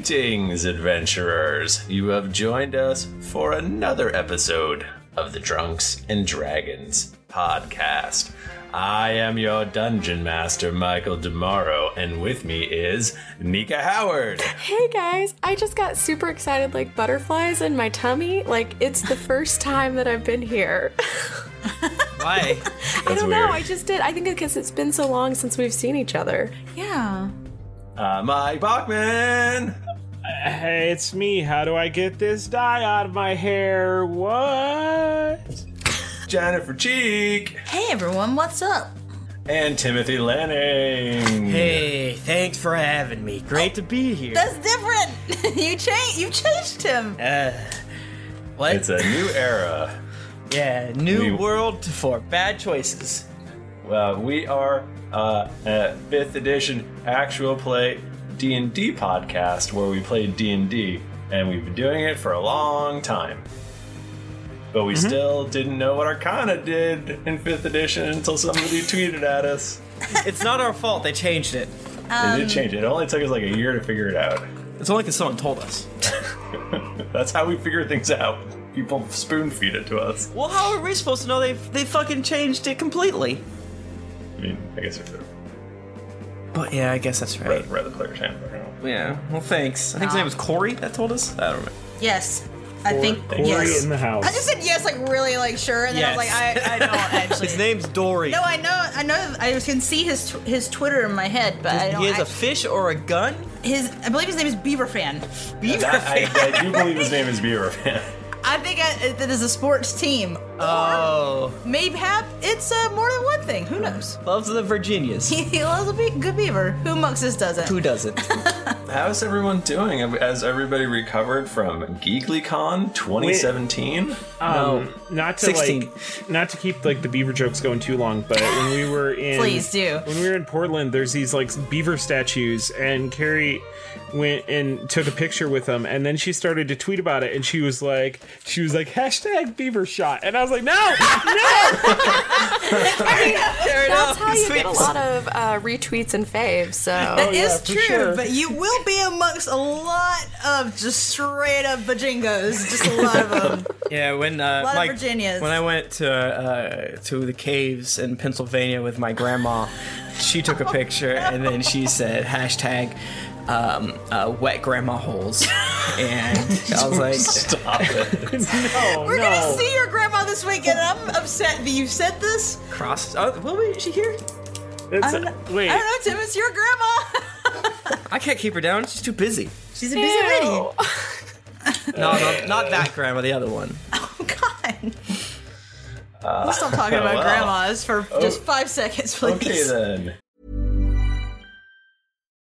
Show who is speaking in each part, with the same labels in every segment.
Speaker 1: Greetings, adventurers! You have joined us for another episode of the Drunks and Dragons podcast. I am your dungeon master, Michael Demaro, and with me is Nika Howard.
Speaker 2: Hey guys, I just got super excited like butterflies in my tummy. Like it's the first time that I've been here.
Speaker 3: Why?
Speaker 2: I
Speaker 1: weird.
Speaker 2: don't know, I just did. I think because it's been so long since we've seen each other.
Speaker 3: Yeah.
Speaker 1: Uh, Mike Bachman.
Speaker 4: Hey, it's me. How do I get this dye out of my hair? What?
Speaker 1: Jennifer Cheek.
Speaker 3: Hey everyone, what's up?
Speaker 1: And Timothy Lanning.
Speaker 5: Hey, thanks for having me. Great to be here.
Speaker 3: That's different. you changed. You changed him.
Speaker 5: Uh, what?
Speaker 1: It's a new era.
Speaker 5: yeah, new
Speaker 1: We-
Speaker 5: world for bad choices.
Speaker 1: Uh, we are uh, a fifth edition actual play D and D podcast where we play D and D, and we've been doing it for a long time. But
Speaker 5: Mm-hmm.
Speaker 1: we still didn't know what Arcana did in fifth edition until somebody tweeted at us.
Speaker 5: it's not our fault they changed it. Um,
Speaker 1: they did change it. It only took us like a year to figure it out.
Speaker 5: It's only because someone told us.
Speaker 1: That's how we figure things out. People spoon feed it to us.
Speaker 5: Well, how are we supposed to know they they fucking changed it completely?
Speaker 1: I mean, I guess if they're
Speaker 5: But yeah, I guess that's right.
Speaker 1: rather, rather players handler.
Speaker 5: Yeah. Well, thanks. I think his name was Corey that told us. I don't know.
Speaker 3: Yes. I think
Speaker 4: Corey
Speaker 3: yes.
Speaker 4: in the house.
Speaker 3: I just said yes, like really, like sure, and then I was like,
Speaker 5: Yes.
Speaker 3: I, I don't actually.
Speaker 5: His name's Dory.
Speaker 3: No, I know, I know, I can see his tw- his Twitter in my head, but I don't.
Speaker 5: he has a
Speaker 3: act-
Speaker 5: fish or a gun.
Speaker 3: his, I believe his name is Beaver Fan.
Speaker 5: Beaver.
Speaker 1: That, I,
Speaker 5: fan.
Speaker 1: I do believe his name is Beaver Fan.
Speaker 3: I think I, that is a sports team.
Speaker 5: oh,
Speaker 3: Maybe hap it's uh, more than one thing. Who knows?
Speaker 5: loves the Virginias.
Speaker 3: He, he loves a big, good beaver. Who amongst us doesn't?
Speaker 5: Who doesn't?
Speaker 1: How's everyone doing? Has everybody recovered from GeeklyCon 2017?
Speaker 4: um, not to
Speaker 5: 16.
Speaker 4: like, not to keep like the beaver jokes going too long, but when we were in,
Speaker 3: Please do.
Speaker 4: When we were in Portland, there's these like beaver statues, and Carrie went and took a picture with them, and then she started to tweet about it, and she was like, she was like hashtag beaver shot, and I was like, no, no.
Speaker 5: Fair
Speaker 2: That's
Speaker 5: enough.
Speaker 2: how you get a
Speaker 5: Sweet. Oh,
Speaker 2: lot of uh, retweets and faves. So
Speaker 3: That
Speaker 4: yeah,
Speaker 3: is
Speaker 4: for
Speaker 3: true,
Speaker 4: sure.
Speaker 3: but you will be amongst a lot of just straight up bajingos. Just a lot of them.
Speaker 5: Yeah, when uh,
Speaker 3: Lot of
Speaker 5: my-
Speaker 3: Virginias.
Speaker 5: When I went to uh, to the caves in Pennsylvania with my grandma, she took a picture and then she said hashtag um, uh, wet grandma holes, and I was like,
Speaker 1: Stop it.
Speaker 4: no
Speaker 3: We're
Speaker 4: no.
Speaker 3: gonna see your grandma this weekend. and I'm upset that you said this.
Speaker 5: cross. Oh, will we- is she here?
Speaker 4: It's-
Speaker 3: I'm not-
Speaker 4: wait,
Speaker 3: I don't know, Tim. It's your grandma.
Speaker 5: I can't keep her down. She's too busy.
Speaker 3: She's a busy lady. Oh
Speaker 5: No, no, not that grandma. The other one.
Speaker 3: God. Let's stop talking about
Speaker 1: wow.
Speaker 3: grandmas for just five seconds, please.
Speaker 1: Okay then.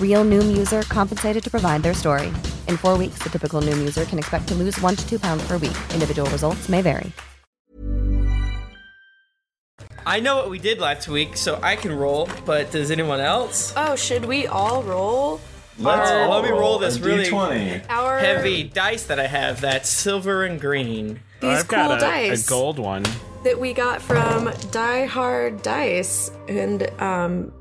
Speaker 6: Real Noom user compensated to provide their story. In four weeks, the typical Noom user can expect to lose one to two pounds per week. Individual results may vary.
Speaker 5: I know what we did last week, so I can roll, but does anyone else?
Speaker 2: Oh, should we all roll?
Speaker 5: Let's
Speaker 2: our,
Speaker 5: let me roll this
Speaker 2: a
Speaker 5: really
Speaker 2: D20. Our-
Speaker 5: heavy dice that I have. That's silver and green.
Speaker 2: These I've got cool a- a dice. gold
Speaker 5: one.
Speaker 2: that we got from Die Hard Dice, and um,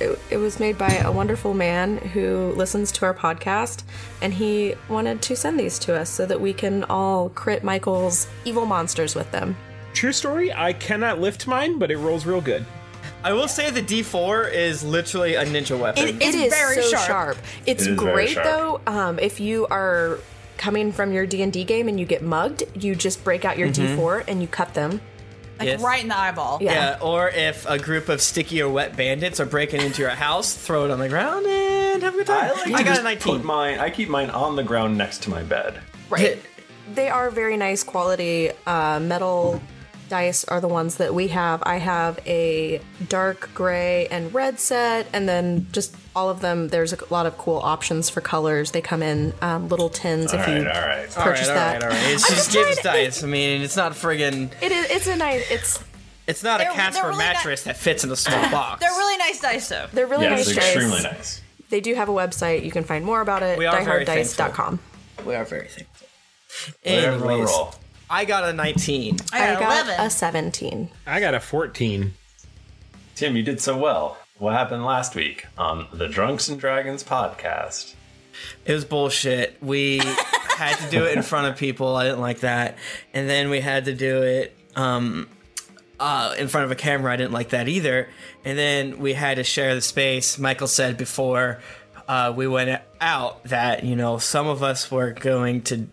Speaker 2: it, it was made by a wonderful man who listens to our podcast, and he wanted to send these to us so that we can all crit Michael's evil monsters with them.
Speaker 4: True story, I cannot lift mine, but it rolls real good.
Speaker 5: I will say the D4 is literally a ninja
Speaker 2: It
Speaker 5: weapon.
Speaker 2: is so sharp. It's
Speaker 5: It is very
Speaker 2: great
Speaker 5: sharp.
Speaker 2: though. Um, if you are coming from your D and D game and you get mugged, you just break out your
Speaker 5: Mhm.
Speaker 2: D4 and you cut them.
Speaker 3: Like
Speaker 5: Yes.
Speaker 3: right in the eyeball.
Speaker 5: Yeah. or if a group of sticky or wet bandits are breaking into your house, throw it on the ground and have a good time.
Speaker 1: I,
Speaker 5: I got a
Speaker 1: an 19. Put mine, I keep mine on the ground next to my bed.
Speaker 2: Right. they are very nice quality uh, metal dice are the ones that we have. I have a dark gray and red set, and then just all of them. There's a lot of cool options for colors. They come in um, little tins if you purchase
Speaker 5: all
Speaker 2: that.
Speaker 5: right, all right. It's
Speaker 2: I'm
Speaker 5: just
Speaker 2: trying
Speaker 5: Gibbs dice. I mean, it's not friggin'.
Speaker 2: It is. It's a nice. It's.
Speaker 5: It's not
Speaker 3: They're-
Speaker 5: a
Speaker 3: they're
Speaker 5: Casper
Speaker 3: really
Speaker 5: mattress that fits in a small box.
Speaker 3: They're really nice dice, though.
Speaker 2: They're really
Speaker 5: Yeah,
Speaker 2: nice.
Speaker 5: it's
Speaker 2: dice.
Speaker 5: extremely nice.
Speaker 2: They do have a website. You can find more about it.
Speaker 5: We are very
Speaker 2: dieharddice.com.
Speaker 5: We are very thankful.
Speaker 4: Whatever we
Speaker 5: Anyways,
Speaker 4: roll.
Speaker 5: I got a 19.
Speaker 2: I got a 17.
Speaker 1: I got a 14. Tim, you did so well. What happened last week on the Drunks and Dragons podcast?
Speaker 5: It was bullshit. We had to do it in front of people. I didn't like that. And then we had to do it um, uh, in front of a camera. I didn't like that either. And then we had to share the space. Michael said before uh, we went out that, you know, some of us were going to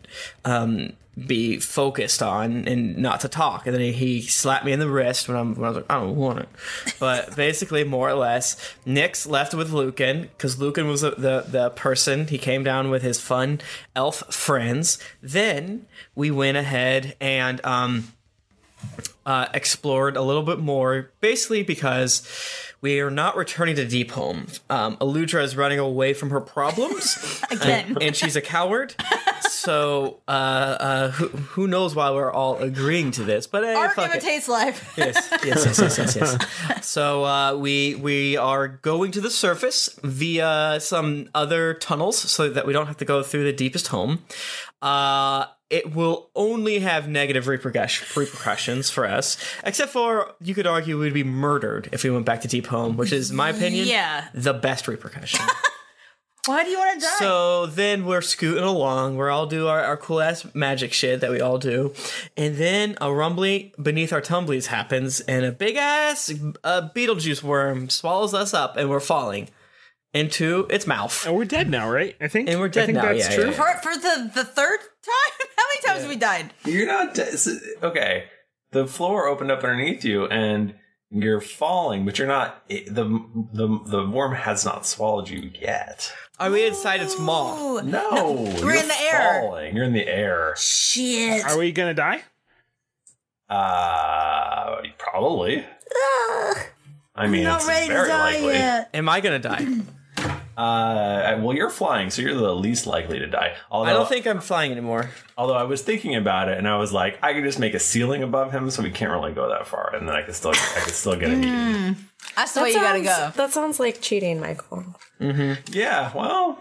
Speaker 5: um, be focused on and not to talk. And then he slapped me in the wrist when, I'm, when I was like, I don't want it. But basically, more or less, Nick's left with Lucan because Lucan was the, the, the person. He came down with his fun elf friends. Then we went ahead and. Um, uh, explored a little bit more, basically because we are not returning to Deep Home. Um, Aludra is running away from her problems
Speaker 3: Again.
Speaker 5: and, and she's a coward. So uh, uh, who, who knows why we're all agreeing to this? But hey,
Speaker 3: Art
Speaker 5: fuck it.
Speaker 3: imitates life.
Speaker 5: Yes, yes, yes, yes, yes, yes. So uh, we we are going to the surface via some other tunnels, so that we don't have to go through the deepest home. Uh, it will only have negative repercussion- repercussions for us, except for you could argue we'd be murdered if we went back to deep home, which is, in my opinion,
Speaker 3: Yeah.
Speaker 5: the best repercussion.
Speaker 3: Why do you want to die?
Speaker 5: So then we're scooting along. We're all do our, our cool ass magic shit that we all do. And then a rumbly beneath our tumblies happens, and a big ass uh, Beetlejuice worm swallows us up, and we're falling into its mouth. And
Speaker 4: we're dead now, right? I think.
Speaker 5: And we're dead
Speaker 4: I think
Speaker 5: now.
Speaker 4: that's
Speaker 5: yeah,
Speaker 4: true.
Speaker 5: yeah, yeah.
Speaker 3: for, for the, the third time? How many times have we died?
Speaker 1: You're not. de- s- okay. The floor opened up underneath you and you're falling, but you're not. it- The, the, the worm has not swallowed you yet.
Speaker 5: Are we inside its maw?
Speaker 1: No. you're Falling. You're in the air.
Speaker 3: Shit.
Speaker 4: Are we gonna die?
Speaker 1: Uh, probably. I mean,
Speaker 5: not
Speaker 1: it's
Speaker 5: ready to
Speaker 1: very
Speaker 5: die
Speaker 1: likely.
Speaker 5: yet. Am I gonna die?
Speaker 1: Uh, well, you're flying, so you're the least likely to die. Although
Speaker 5: I don't think I'm flying anymore.
Speaker 1: Although I was thinking about it, and I was like, I could just make a ceiling above him, so we can't really go that far, and then I could still, I could still get him.
Speaker 5: Hmm.
Speaker 3: That's
Speaker 2: the way you gotta go. That sounds like cheating, Michael.
Speaker 1: mm-hmm. Yeah. Well,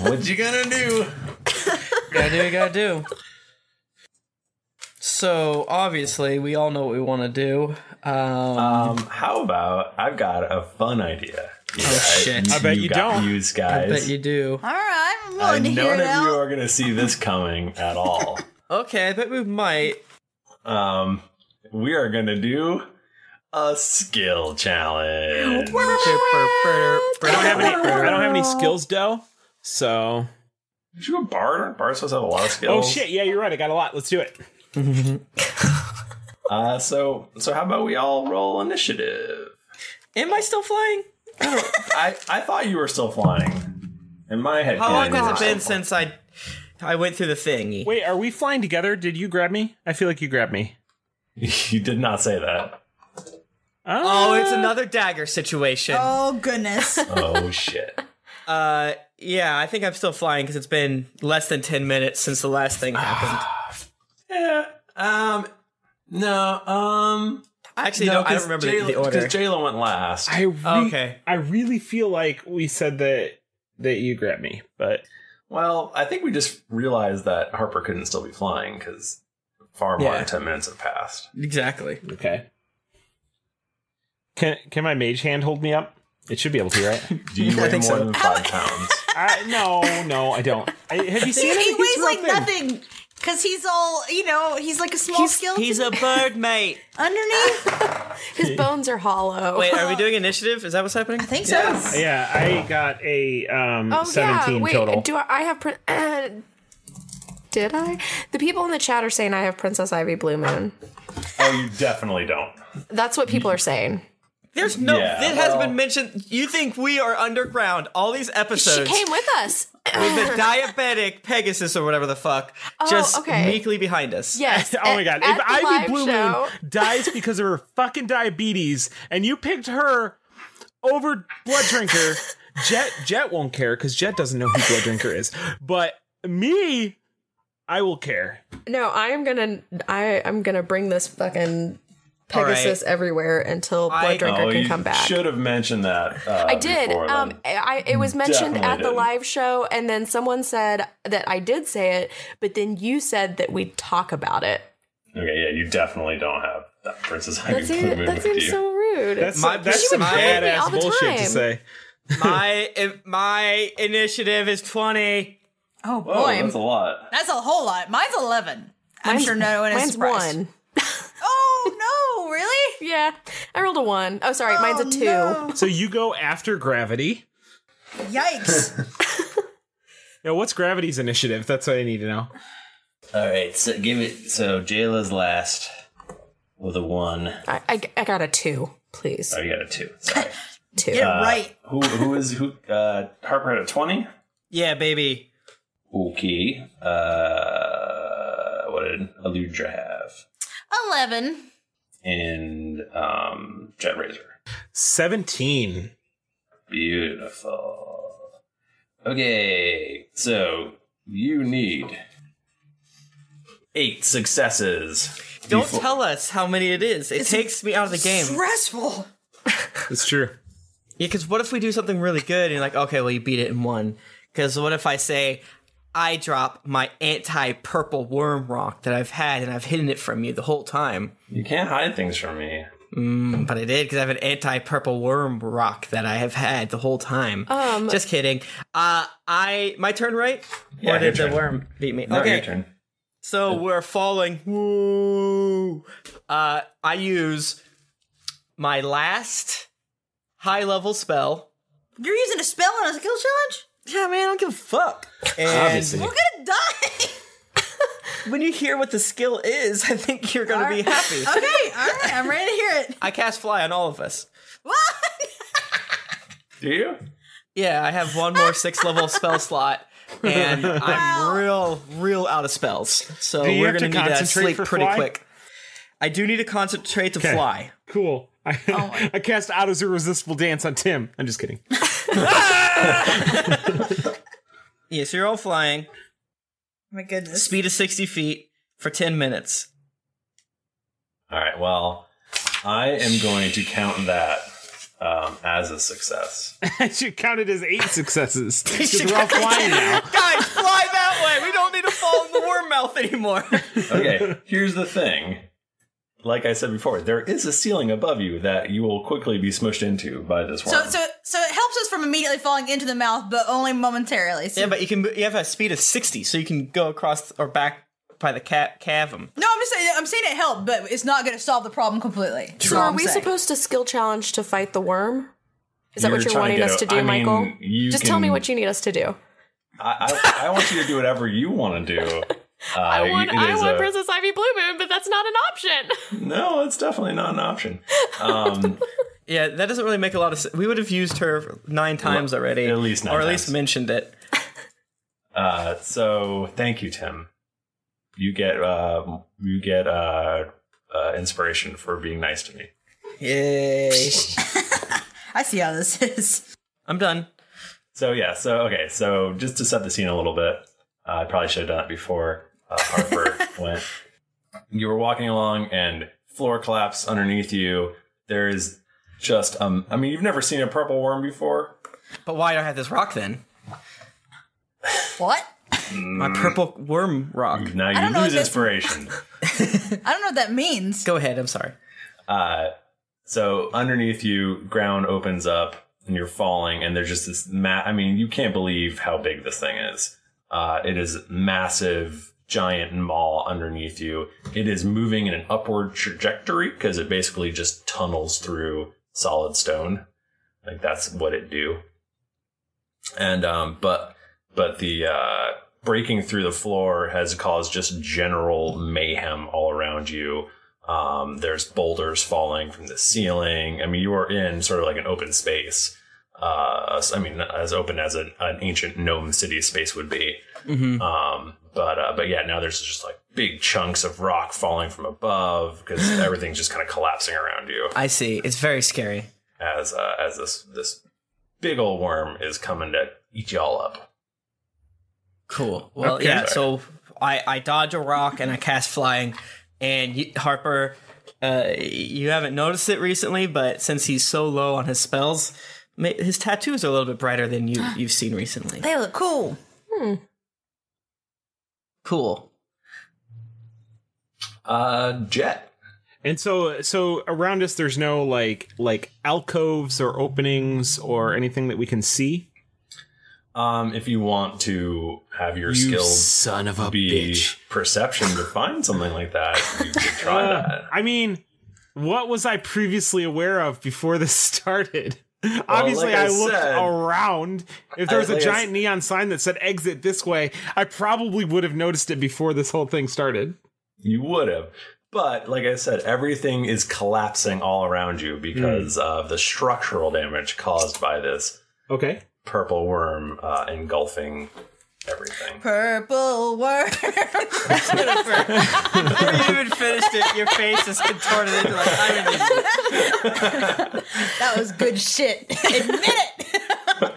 Speaker 1: what you gonna do?
Speaker 5: gotta do what you gotta do. So obviously, we all know what we want to do. Um,
Speaker 1: how about I've got a fun idea?
Speaker 5: Oh shit!
Speaker 1: I bet you got don't. used, guys.
Speaker 5: I bet you do.
Speaker 3: All right, I'm
Speaker 1: I
Speaker 3: willing to
Speaker 1: know
Speaker 3: hear it
Speaker 1: none of you
Speaker 3: out.
Speaker 1: are gonna see this coming at all.
Speaker 5: Okay, I bet we might.
Speaker 1: Um, we are gonna do a skill challenge.
Speaker 4: I don't have any. I don't have any skills, Doe. So.
Speaker 1: Did you a bard? Bards supposed to have a lot of
Speaker 4: Oh
Speaker 1: skills.
Speaker 4: shit! Yeah, you're right. I got a lot. Let's do it.
Speaker 1: Uh, so so how about we all roll initiative?
Speaker 5: Am I still flying?
Speaker 1: I I thought you were still flying. In my head,
Speaker 5: How long
Speaker 1: canon, you
Speaker 5: has it
Speaker 1: were
Speaker 5: been
Speaker 1: still
Speaker 5: since I I went through the thing.
Speaker 4: Wait, are we flying together? Did you grab me? I feel like you grabbed me.
Speaker 1: you did not say that.
Speaker 5: Oh, it's another dagger situation.
Speaker 3: Oh goodness.
Speaker 1: Oh shit.
Speaker 5: Uh, yeah, I think I'm still flying because it's been less than ten minutes since the last thing happened.
Speaker 1: Yeah. Um. No. Um.
Speaker 5: Actually, no, I don't remember the- the order.
Speaker 1: Because Jayla went last.
Speaker 4: I re- I really feel like we said that that you grabbed me, but
Speaker 1: well, I think we just realized that Harper couldn't still be flying because far more
Speaker 4: Yeah.
Speaker 1: than ten minutes have passed.
Speaker 5: Exactly.
Speaker 4: Okay. Can can my mage hand hold me up? It should be able to, right?
Speaker 1: Do you I weigh think more so. than five pounds?
Speaker 4: I, no, no, I don't. I, have you seen him?
Speaker 3: He
Speaker 4: He's
Speaker 3: weighs
Speaker 4: real
Speaker 3: like
Speaker 4: thin.
Speaker 3: nothing because he's all you know. He's like a small skeleton.
Speaker 5: He's a bird, mate.
Speaker 3: underneath.
Speaker 2: His bones are hollow.
Speaker 5: Wait, are we doing initiative? Is that what's happening? I
Speaker 3: think
Speaker 2: so. Yes.
Speaker 4: Yeah, I got a um,
Speaker 2: Oh
Speaker 4: 17
Speaker 2: yeah. Wait,
Speaker 4: total.
Speaker 2: do I, I have? Prin- uh, did I? The people in the chat are saying I have Princess Ivy Blue Moon.
Speaker 1: Oh, you definitely don't.
Speaker 2: That's what people are saying.
Speaker 5: There's no.
Speaker 1: Yeah,
Speaker 5: it has been mentioned. You think we are underground? All these
Speaker 2: She
Speaker 5: episodes.
Speaker 2: came with us.
Speaker 5: with the diabetic Pegasus or whatever the fuck,
Speaker 2: Oh,
Speaker 5: just
Speaker 2: okay.
Speaker 5: meekly behind us.
Speaker 2: Yes,
Speaker 4: oh my god!
Speaker 2: at
Speaker 4: If
Speaker 2: the
Speaker 4: Ivy
Speaker 2: live
Speaker 4: Blue
Speaker 2: show-
Speaker 4: Moon dies because of her fucking diabetes, and you picked her over Blood Drinker, Jet Jet won't care because Jet doesn't know who Blood Drinker is. But me, I will care.
Speaker 2: No, I am gonna. I I'm gonna bring this fucking
Speaker 1: All right.
Speaker 2: Pegasus everywhere until Blood Drinker
Speaker 1: oh,
Speaker 2: can
Speaker 1: you
Speaker 2: come back.
Speaker 1: Should have mentioned that. Uh,
Speaker 2: I did.
Speaker 1: before
Speaker 2: Um,
Speaker 1: then.
Speaker 2: I it was
Speaker 1: You
Speaker 2: mentioned
Speaker 1: definitely
Speaker 2: at the
Speaker 1: did.
Speaker 2: live show, and then someone said that I did say it, but then you said that we'd talk about it.
Speaker 1: Okay, yeah, you definitely don't have that Princess Ivy
Speaker 2: That's
Speaker 1: Blue
Speaker 2: it.
Speaker 1: Moon
Speaker 2: That
Speaker 1: with
Speaker 2: seems
Speaker 1: you.
Speaker 2: so rude.
Speaker 5: My-
Speaker 2: She would hide me all the time.
Speaker 5: my if- my initiative is twenty.
Speaker 3: Oh boy. that's a
Speaker 1: lot.
Speaker 3: That's a whole lot. Mine's eleven. I'm
Speaker 2: Mine's-
Speaker 3: sure no one is
Speaker 2: mine's
Speaker 3: surprised.
Speaker 2: one.
Speaker 3: Oh no! Really?
Speaker 2: Yeah, I rolled a one. Oh, sorry, mine's a two.
Speaker 4: So you go after gravity.
Speaker 3: Yikes!
Speaker 4: Now, what's gravity's initiative? That's what I need to know.
Speaker 7: All right, so give it. So Jayla's last with a one.
Speaker 2: I, I, I got a two. Please.
Speaker 7: Oh, you got a two. Sorry.
Speaker 2: two.
Speaker 7: Uh, Who who is who? Uh, Harper had a twenty.
Speaker 5: Yeah, baby.
Speaker 7: Okay. Uh, what did Aludra have?
Speaker 3: Eleven.
Speaker 7: And um, Jet Razor.
Speaker 4: Seventeen.
Speaker 7: Beautiful. Okay, so you need eight successes.
Speaker 5: Don't
Speaker 7: before-
Speaker 5: tell us how many it is. It takes me out of the game.
Speaker 3: Stressful.
Speaker 4: It's true.
Speaker 5: Yeah, because what if we do something really good and you're like, okay, well, you beat it in one? Because what if I say, I drop my anti purple worm rock that I've had and I've hidden it from you the whole time?
Speaker 1: You can't hide things from me.
Speaker 5: Mm, but I did because I have an anti purple worm rock that I have had the whole time.
Speaker 2: Um,
Speaker 5: Just kidding. Uh, I my turn, right?
Speaker 7: Yeah,
Speaker 5: or
Speaker 7: your
Speaker 5: did
Speaker 7: turn.
Speaker 5: the worm beat me?
Speaker 7: No,
Speaker 5: okay,
Speaker 7: your turn.
Speaker 5: so we're falling. Woo! Uh, I use my last high level spell.
Speaker 3: You're using a spell on a skill challenge?
Speaker 5: Yeah, man, I don't give a fuck. And
Speaker 3: We're gonna die.
Speaker 5: when you hear what the skill is, I think you're gonna be happy.
Speaker 3: okay, all right. I'm ready to hear it. Oh,
Speaker 5: I cast fly on all of us.
Speaker 1: Do you?
Speaker 5: Yeah, I have one more six level spell slot, and I'm real, real out of spells. So
Speaker 4: Do you
Speaker 5: we're
Speaker 4: have
Speaker 5: gonna
Speaker 4: to
Speaker 5: need to
Speaker 4: concentrate
Speaker 5: sleep
Speaker 4: for
Speaker 5: pretty
Speaker 4: fly?
Speaker 5: quick. I do need to concentrate to fly.
Speaker 4: Cool. I,
Speaker 2: Oh
Speaker 4: I cast out as irresistible dance on Tim. I'm just kidding.
Speaker 5: Yeah, so you're all flying.
Speaker 3: My goodness.
Speaker 5: Speed of sixty feet for ten minutes.
Speaker 1: All right. Well, I am going to count that um, as a success.
Speaker 4: I should count it as eight successes. 'Cause we're all flying now.
Speaker 5: Guys, fly that way. We don't need to fall in the worm mouth anymore.
Speaker 1: Okay. Here's the thing. Like I said before, there is a ceiling above you that you will quickly be smushed into by this worm.
Speaker 3: So, so, so it helps us from immediately falling into the mouth, but only momentarily. So-
Speaker 5: Yeah, but you can you have a speed of sixty, so you can go across or back by the ca- cavum.
Speaker 3: no, I'm just saying. I'm saying it helped, but it's not gonna solve the problem completely.
Speaker 2: So are we supposed to skill challenge to fight the worm? Is that what
Speaker 1: You're trying
Speaker 2: you're
Speaker 1: to
Speaker 2: wanting
Speaker 1: get
Speaker 2: us to
Speaker 1: o-
Speaker 2: do,
Speaker 1: I mean,
Speaker 2: Michael?
Speaker 1: you
Speaker 2: Just tell me
Speaker 1: can- Uh,
Speaker 2: what you need us to do.
Speaker 1: I, I, I want you to do whatever you want to do. Uh,
Speaker 2: I want,
Speaker 1: it
Speaker 2: I
Speaker 1: is
Speaker 2: want
Speaker 1: a-
Speaker 2: Princess Ivy Blue Moon, but that's not an option.
Speaker 1: No, it's definitely not an option. Um,
Speaker 5: Yeah, that doesn't really make a lot of sense. We would have used her nine times already, at least,
Speaker 1: nine
Speaker 5: or at least mentioned it.
Speaker 1: Uh, so thank you, Tim. You get uh, you get uh, uh, inspiration for being nice to me.
Speaker 5: Yay.
Speaker 3: I see how this is.
Speaker 5: I'm done.
Speaker 1: So yeah, so okay, so just to set the scene a little bit, uh, I probably should have done it before uh, Harper went. You were walking along, and floor collapse underneath you. There is just um, I mean, you've never seen a purple worm before.
Speaker 5: But why do I have this rock then?
Speaker 3: What?
Speaker 5: My purple worm rock.
Speaker 1: Now
Speaker 3: I don't know
Speaker 1: you lose
Speaker 3: if it's-
Speaker 1: inspiration.
Speaker 3: I don't know what that means.
Speaker 5: Go ahead. I'm sorry.
Speaker 1: Uh, so underneath you, ground opens up and you're falling, and there's just this. Ma- I mean, you can't believe how big this thing is. Uh, it is massive, giant maw underneath you. It is moving in an upward trajectory because it basically just tunnels through solid stone. Like that's what it do. And um, but but the uh, breaking through the floor has caused just general mayhem all around you. Um, there's boulders falling from the ceiling. I mean, you are in sort of like an open space. Uh, I mean, as open as an, an ancient gnome city space would be.
Speaker 5: Mhm.
Speaker 1: Um, but uh, but yeah, now there's just like big chunks of rock falling from above because everything's just kind of collapsing around you
Speaker 5: I see. It's very scary.
Speaker 1: as uh, as this this big old worm is coming to eat y'all up.
Speaker 5: Cool. Well,
Speaker 1: Okay.
Speaker 5: yeah. So I I dodge a rock and I cast flying, and you, Harper, uh, you haven't noticed it recently, but since he's so low on his spells, ma- his tattoos are a little bit brighter than you you've seen recently.
Speaker 3: They look cool.
Speaker 2: Hmm.
Speaker 5: Cool.
Speaker 1: Uh, jet.
Speaker 4: And so, so around us, there's no like like alcoves or openings or anything that we can see.
Speaker 1: Um, if you want to have your
Speaker 4: You
Speaker 1: skill
Speaker 4: son of a
Speaker 1: be perception to find something like that, you could try
Speaker 4: Uh,
Speaker 1: that.
Speaker 4: I mean, what was I previously aware of before this started? Obviously,
Speaker 1: like I
Speaker 4: I looked
Speaker 1: said-
Speaker 4: around. If there
Speaker 1: I-
Speaker 4: was a
Speaker 1: like I
Speaker 4: giant
Speaker 1: s-
Speaker 4: neon sign that said "exit this way," I probably would have noticed it before this whole thing started.
Speaker 1: You would have. But like I said, everything is collapsing all around you because of the structural damage caused by this
Speaker 4: okay
Speaker 1: purple worm uh, engulfing everything.
Speaker 3: Purple worm.
Speaker 5: Before you even finished it, your face is contorted into like I'm an idiot.
Speaker 3: that was good shit.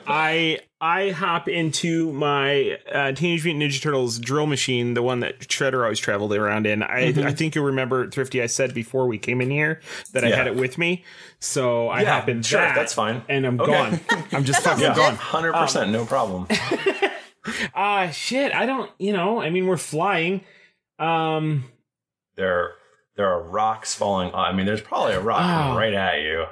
Speaker 4: I I hop into my uh, Teenage Mutant Ninja Turtles drill machine, the one that Shredder always traveled around in. I
Speaker 1: Mhm.
Speaker 4: I think you'll remember, Thrifty. I said before we came in here that I
Speaker 1: Yeah.
Speaker 4: had it with me, so I
Speaker 1: Yeah,
Speaker 4: hop in
Speaker 1: sure,
Speaker 4: that.
Speaker 1: that's fine.
Speaker 4: and I'm
Speaker 1: Okay.
Speaker 4: gone. I'm just fucking
Speaker 1: Yeah,
Speaker 4: gone.
Speaker 1: 100%, no problem.
Speaker 4: Ah, shit. I don't. You know. I mean, we're flying. Um.
Speaker 1: There, there are rocks falling. I mean, there's probably a rock coming
Speaker 4: Ah.
Speaker 1: right at you.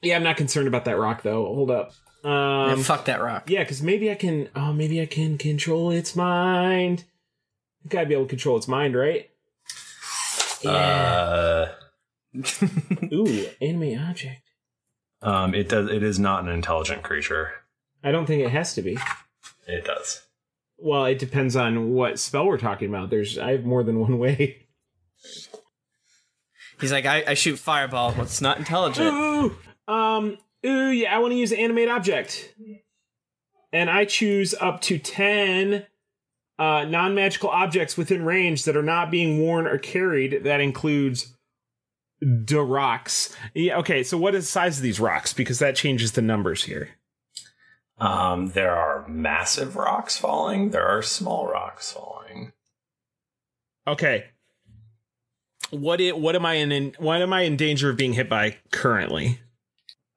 Speaker 4: Yeah, I'm not concerned about that rock though. Hold up. Um,
Speaker 1: Yeah, fuck
Speaker 5: that rock.
Speaker 4: Yeah, because maybe I can. Oh, maybe I can control its mind. I gotta be able to control its mind, right?
Speaker 1: Uh,
Speaker 4: Ooh, anime object.
Speaker 1: um, it does. It is not an intelligent creature.
Speaker 4: I don't think it has to be.
Speaker 1: It does.
Speaker 4: Well, it depends on what spell we're talking about. There's I have more than one way.
Speaker 5: He's like, I, I shoot fireball. Well, it's not intelligent.
Speaker 4: Ooh, um, ooh, yeah. I want to use animate object, and I choose up to ten uh, non-magical objects within range that are not being worn or carried. That includes the rocks. Yeah. Okay. So, what is the size of these rocks? Because that changes the numbers here.
Speaker 1: Um, there are massive rocks falling. There are small rocks falling.
Speaker 4: Okay. What it? What am I in? What am I in danger of being hit by currently?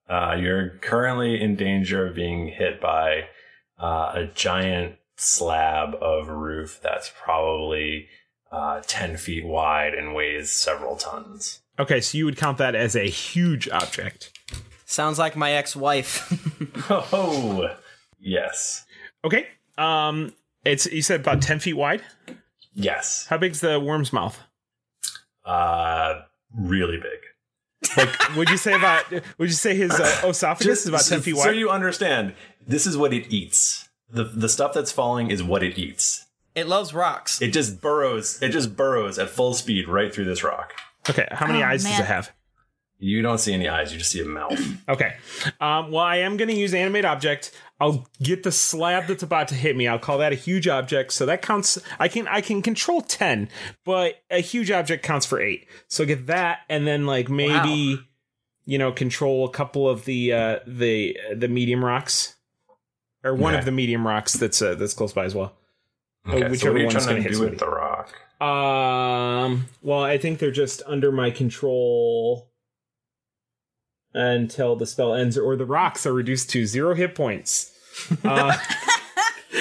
Speaker 1: Uh, you're currently in danger of being hit by uh, a giant slab of roof that's probably uh, 10 feet wide and weighs several tons.
Speaker 4: Okay, so you would count that as a huge object.
Speaker 5: Sounds like my ex-wife.
Speaker 1: oh, yes.
Speaker 4: Okay. Um, it's you said about ten feet wide.
Speaker 1: Yes.
Speaker 4: How big's the worm's mouth?
Speaker 1: Uh, really big.
Speaker 4: Like, would you say about? Would you say his uh, esophagus is about
Speaker 1: so,
Speaker 4: ten feet
Speaker 1: So
Speaker 4: wide?
Speaker 1: you understand, this is what it eats. The, the stuff that's falling is what it eats.
Speaker 5: It loves rocks.
Speaker 1: It just burrows. It just burrows at full speed right through this rock.
Speaker 4: Okay, how many
Speaker 3: Oh,
Speaker 4: eyes does
Speaker 3: man.
Speaker 4: it have?
Speaker 1: You don't see any eyes. You just see a mouth.
Speaker 4: Okay. Um, well, I am going to use animate object. I'll get the slab that's about to hit me. I'll call that a huge object. So that counts. I can I can control ten, but a huge object counts for eight. So get that, and then like maybe you know control a couple of the uh, the the medium rocks, or one
Speaker 1: Okay.
Speaker 4: of the medium rocks that's uh, that's close by as well. Uh,
Speaker 1: Okay, so what are you trying
Speaker 4: gonna
Speaker 1: to do with
Speaker 4: somebody.
Speaker 1: the rock?
Speaker 4: Um. Well, I think they're just under my control until the spell ends, or the rocks are reduced to zero hit points. Uh,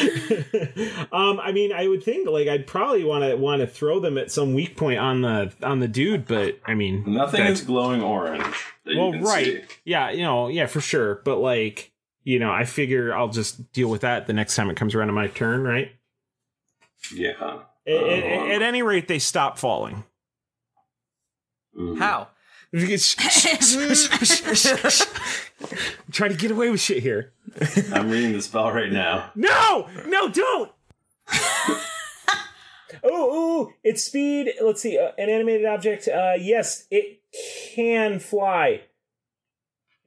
Speaker 4: um. I mean, I would think like I'd probably want to want to throw them at some weak point on the on the dude, but I mean,
Speaker 1: Nothing
Speaker 4: that's-
Speaker 1: is glowing orange. that you
Speaker 4: well,
Speaker 1: can
Speaker 4: right.
Speaker 1: see.
Speaker 4: Yeah, you know, yeah, for sure. But like, you know, I figure I'll just deal with that the next time it comes around on my turn, right?
Speaker 1: Yeah.
Speaker 4: A- a- a- at any rate, they stop falling.
Speaker 5: How?
Speaker 4: Try to get away with shit here.
Speaker 1: I'm reading the spell right now.
Speaker 4: No, no, don't. oh, ooh, it's speed. Let's see, uh, an animated object. Uh, yes, it can fly.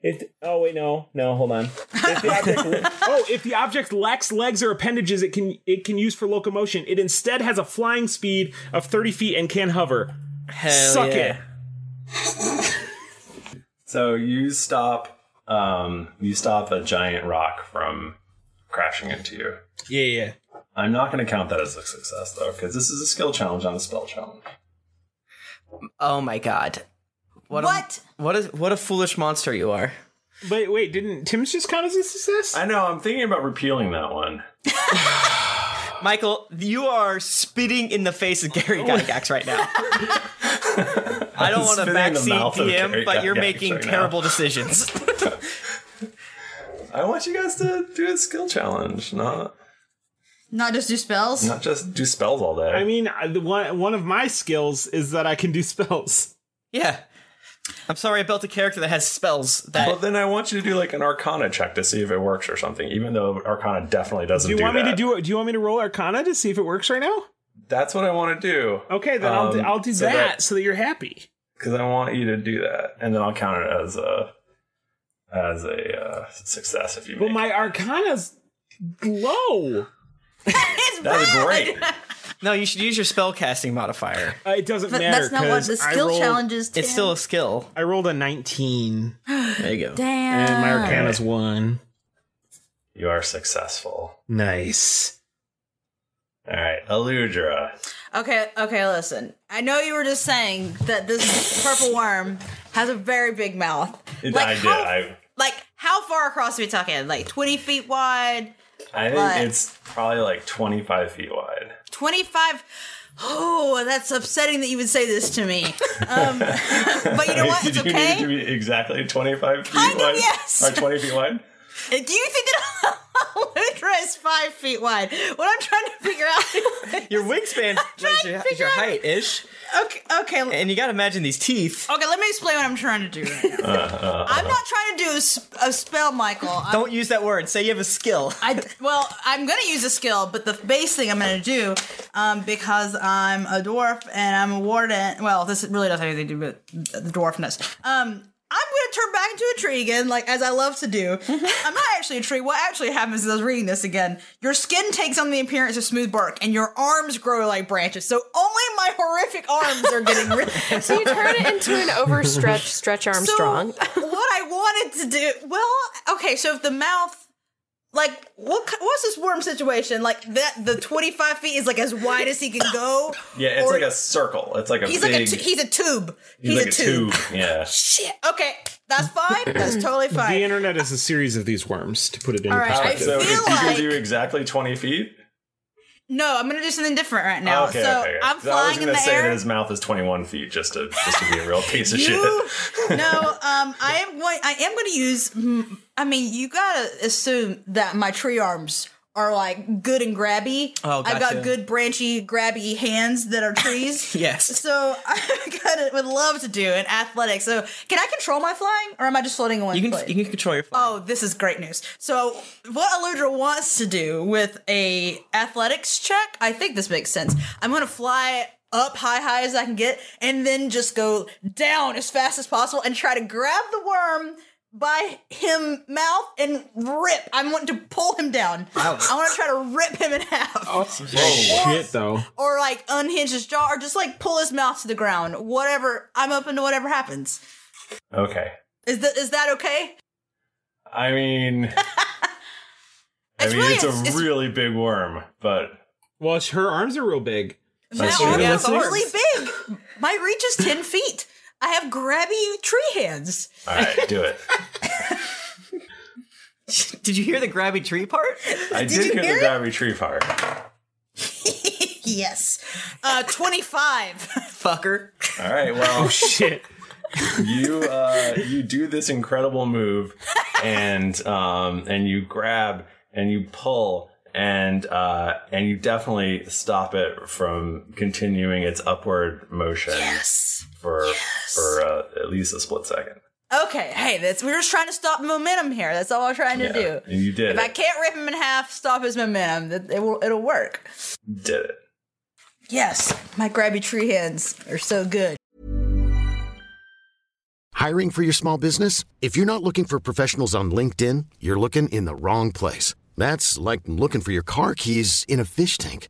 Speaker 4: It. Oh wait, no, no, hold on. If the object, oh, if the object lacks legs or appendages, it can it can use for locomotion. It instead has a flying speed of thirty feet and can hover. Suck
Speaker 1: yeah.
Speaker 4: it.
Speaker 1: So you stop. Um, you stop a giant rock from crashing into you.
Speaker 4: Yeah, yeah.
Speaker 1: I'm not going to count that as a success though, because this is a skill challenge, not a spell challenge.
Speaker 5: Oh my god. What? What? A, what, a, what a foolish monster you are.
Speaker 4: But wait, didn't Tim's just count as a success?
Speaker 1: I know. I'm thinking about repealing that one.
Speaker 5: Michael, you are spitting in the face of
Speaker 1: Oh.
Speaker 5: Gary Gygax right now. I don't want to
Speaker 1: Spitting in the
Speaker 5: backseat
Speaker 1: mouth of Gary
Speaker 5: DM, but you're
Speaker 1: Gygax
Speaker 5: making
Speaker 1: right now.
Speaker 5: terrible decisions.
Speaker 1: I want you guys to do a skill challenge, not
Speaker 3: Not just do spells.
Speaker 1: not just do spells all day.
Speaker 4: I mean, I- the one one of my skills is that I can do spells.
Speaker 5: Yeah. I'm sorry I built a character that has spells that
Speaker 1: Well, then I want you to do like an Arcana check to see if it works or something. Even though Arcana definitely doesn't
Speaker 4: Do
Speaker 1: do,
Speaker 4: you want
Speaker 1: that.
Speaker 4: me to do it? Do you want me to roll Arcana to see if it works right now?
Speaker 1: That's what I want to do.
Speaker 4: Okay, then I'll do, I'll do that, so that you're happy.
Speaker 1: because I want you to do that, and then I'll count it as a as a uh, success if you.
Speaker 4: But my Arcana's low.
Speaker 1: That's great.
Speaker 5: No, you should use your spellcasting modifier.
Speaker 4: Uh, it doesn't
Speaker 3: But that's not what
Speaker 4: 'cause
Speaker 3: the
Speaker 4: I
Speaker 3: skill
Speaker 4: rolled-
Speaker 3: challenge is, It's Tim. still
Speaker 5: a skill.
Speaker 4: I rolled a 19.
Speaker 5: There you go.
Speaker 3: Damn.
Speaker 4: And my Arcana's one.
Speaker 1: You are successful.
Speaker 4: Nice.
Speaker 1: All right, Aludra.
Speaker 3: Okay, okay, listen. I know you were just saying that this purple worm has a very big mouth.
Speaker 1: I did.
Speaker 3: how-
Speaker 1: I
Speaker 3: Like, how far across are we talking? Like 20 feet wide?
Speaker 1: I think
Speaker 3: What?
Speaker 1: it's probably like twenty five feet wide.
Speaker 3: 25? Oh, that's upsetting that you would say this to me. Um, but you know what?
Speaker 1: Did
Speaker 3: It's
Speaker 1: you
Speaker 3: okay.
Speaker 1: need it to be exactly twenty five feet
Speaker 3: Kind of,
Speaker 1: wide?
Speaker 3: yes.
Speaker 1: Or twenty feet wide?
Speaker 3: Do you think that Ludra is five feet wide? What I'm trying to figure out.
Speaker 5: Your wingspan is your, is your height ish.
Speaker 3: Okay, okay.
Speaker 5: And you gotta imagine these teeth.
Speaker 3: Okay, let me explain what I'm trying to do right now.
Speaker 1: Uh,
Speaker 3: I'm not trying to do a, s- a spell, Michael. I'm-
Speaker 5: Don't use that word. Say you have a skill.
Speaker 3: I well, I'm gonna use a skill, but the base thing I'm gonna do, um, because I'm a dwarf and I'm a warden. Well, this really doesn't have anything to do with the dwarfness. Um, I'm gonna turn back into a tree again, like as I love to do. I'm not actually a tree. What actually happens is I was reading this again. Your skin takes on the appearance of smooth bark, and your arms grow like branches. So only my horrific arms are getting rid.
Speaker 2: So you turn it into an overstretched stretch arm strong.
Speaker 3: So what I wanted to do, well, okay, so if the mouth, like, what ki- what's this worm situation? Like that, the twenty five feet is like as wide as he can go.
Speaker 1: Yeah, it's
Speaker 3: Or-
Speaker 1: like a circle. It's like a
Speaker 3: he's
Speaker 1: big.
Speaker 3: like a tu- he's a tube. He's,
Speaker 1: like
Speaker 3: a, tube.
Speaker 1: Yeah.
Speaker 3: Shit. Okay, that's fine. That's totally fine.
Speaker 4: The internet is a series of these worms, to put it in
Speaker 3: All right, I
Speaker 4: perspective.
Speaker 1: So
Speaker 3: feel
Speaker 1: if you can do exactly twenty feet.
Speaker 3: No, I'm gonna do something different right now.
Speaker 1: okay,
Speaker 3: so
Speaker 1: okay, okay.
Speaker 3: I'm
Speaker 1: So I was
Speaker 3: flying in
Speaker 1: gonna
Speaker 3: the
Speaker 1: say
Speaker 3: air.
Speaker 1: that his mouth is 21 feet just to just to be a real piece of
Speaker 3: You-
Speaker 1: shit.
Speaker 3: no, um, I am going. I am going to use. hmm, I mean, you gotta assume that my tree arms are like good and grabby.
Speaker 5: Oh,
Speaker 3: I've got
Speaker 5: gotcha.
Speaker 3: good branchy, grabby hands that are trees.
Speaker 5: Yes.
Speaker 3: So I gotta, would love to do an athletics. So can I control my flying, or am I just floating in one
Speaker 5: You can
Speaker 3: place?
Speaker 5: you can control your.
Speaker 3: Oh, this is great news. So, what Aludra wants to do with a athletics check, I think this makes sense. I'm going to fly up high high as I can get, and then just go down as fast as possible and try to grab the worm by him mouth and rip. I want to pull him down.
Speaker 8: Ouch.
Speaker 3: I want to try to rip him in half.
Speaker 4: Oh.
Speaker 8: shit, though.
Speaker 3: Or like unhinge his jaw or just like pull his mouth to the ground. Whatever. I'm open to whatever happens.
Speaker 1: Okay.
Speaker 3: Is that is that okay?
Speaker 1: I mean, I mean,
Speaker 3: really-
Speaker 1: it's a
Speaker 3: it's- it's-
Speaker 1: really big worm, but
Speaker 8: well, it's- her arms are real big.
Speaker 3: My arms are really big. My reach is ten feet. I have grabby tree hands.
Speaker 1: All right, do it.
Speaker 5: Did you hear the grabby tree part?
Speaker 1: I
Speaker 3: Did you
Speaker 1: did, get
Speaker 3: hear
Speaker 1: the gravity tree part.
Speaker 3: yes. Uh, twenty-five.
Speaker 5: Fucker.
Speaker 1: All right. Well,
Speaker 8: Oh, shit.
Speaker 1: You uh, you do this incredible move, and um, and you grab and you pull and uh, and you definitely stop it from continuing its upward motion.
Speaker 3: Yes.
Speaker 1: For for uh, at least a split second.
Speaker 3: Okay. Hey, that's we're just trying to stop momentum here. That's all I'm trying to do.
Speaker 1: And you did
Speaker 3: If
Speaker 1: it.
Speaker 3: I can't rip him in half, stop his momentum. That it will it'll work.
Speaker 1: Did it.
Speaker 3: Yes, my grabby tree hands are so good.
Speaker 9: Hiring for your small business? If you're not looking for professionals on LinkedIn, you're looking in the wrong place. That's like looking for your car keys in a fish tank.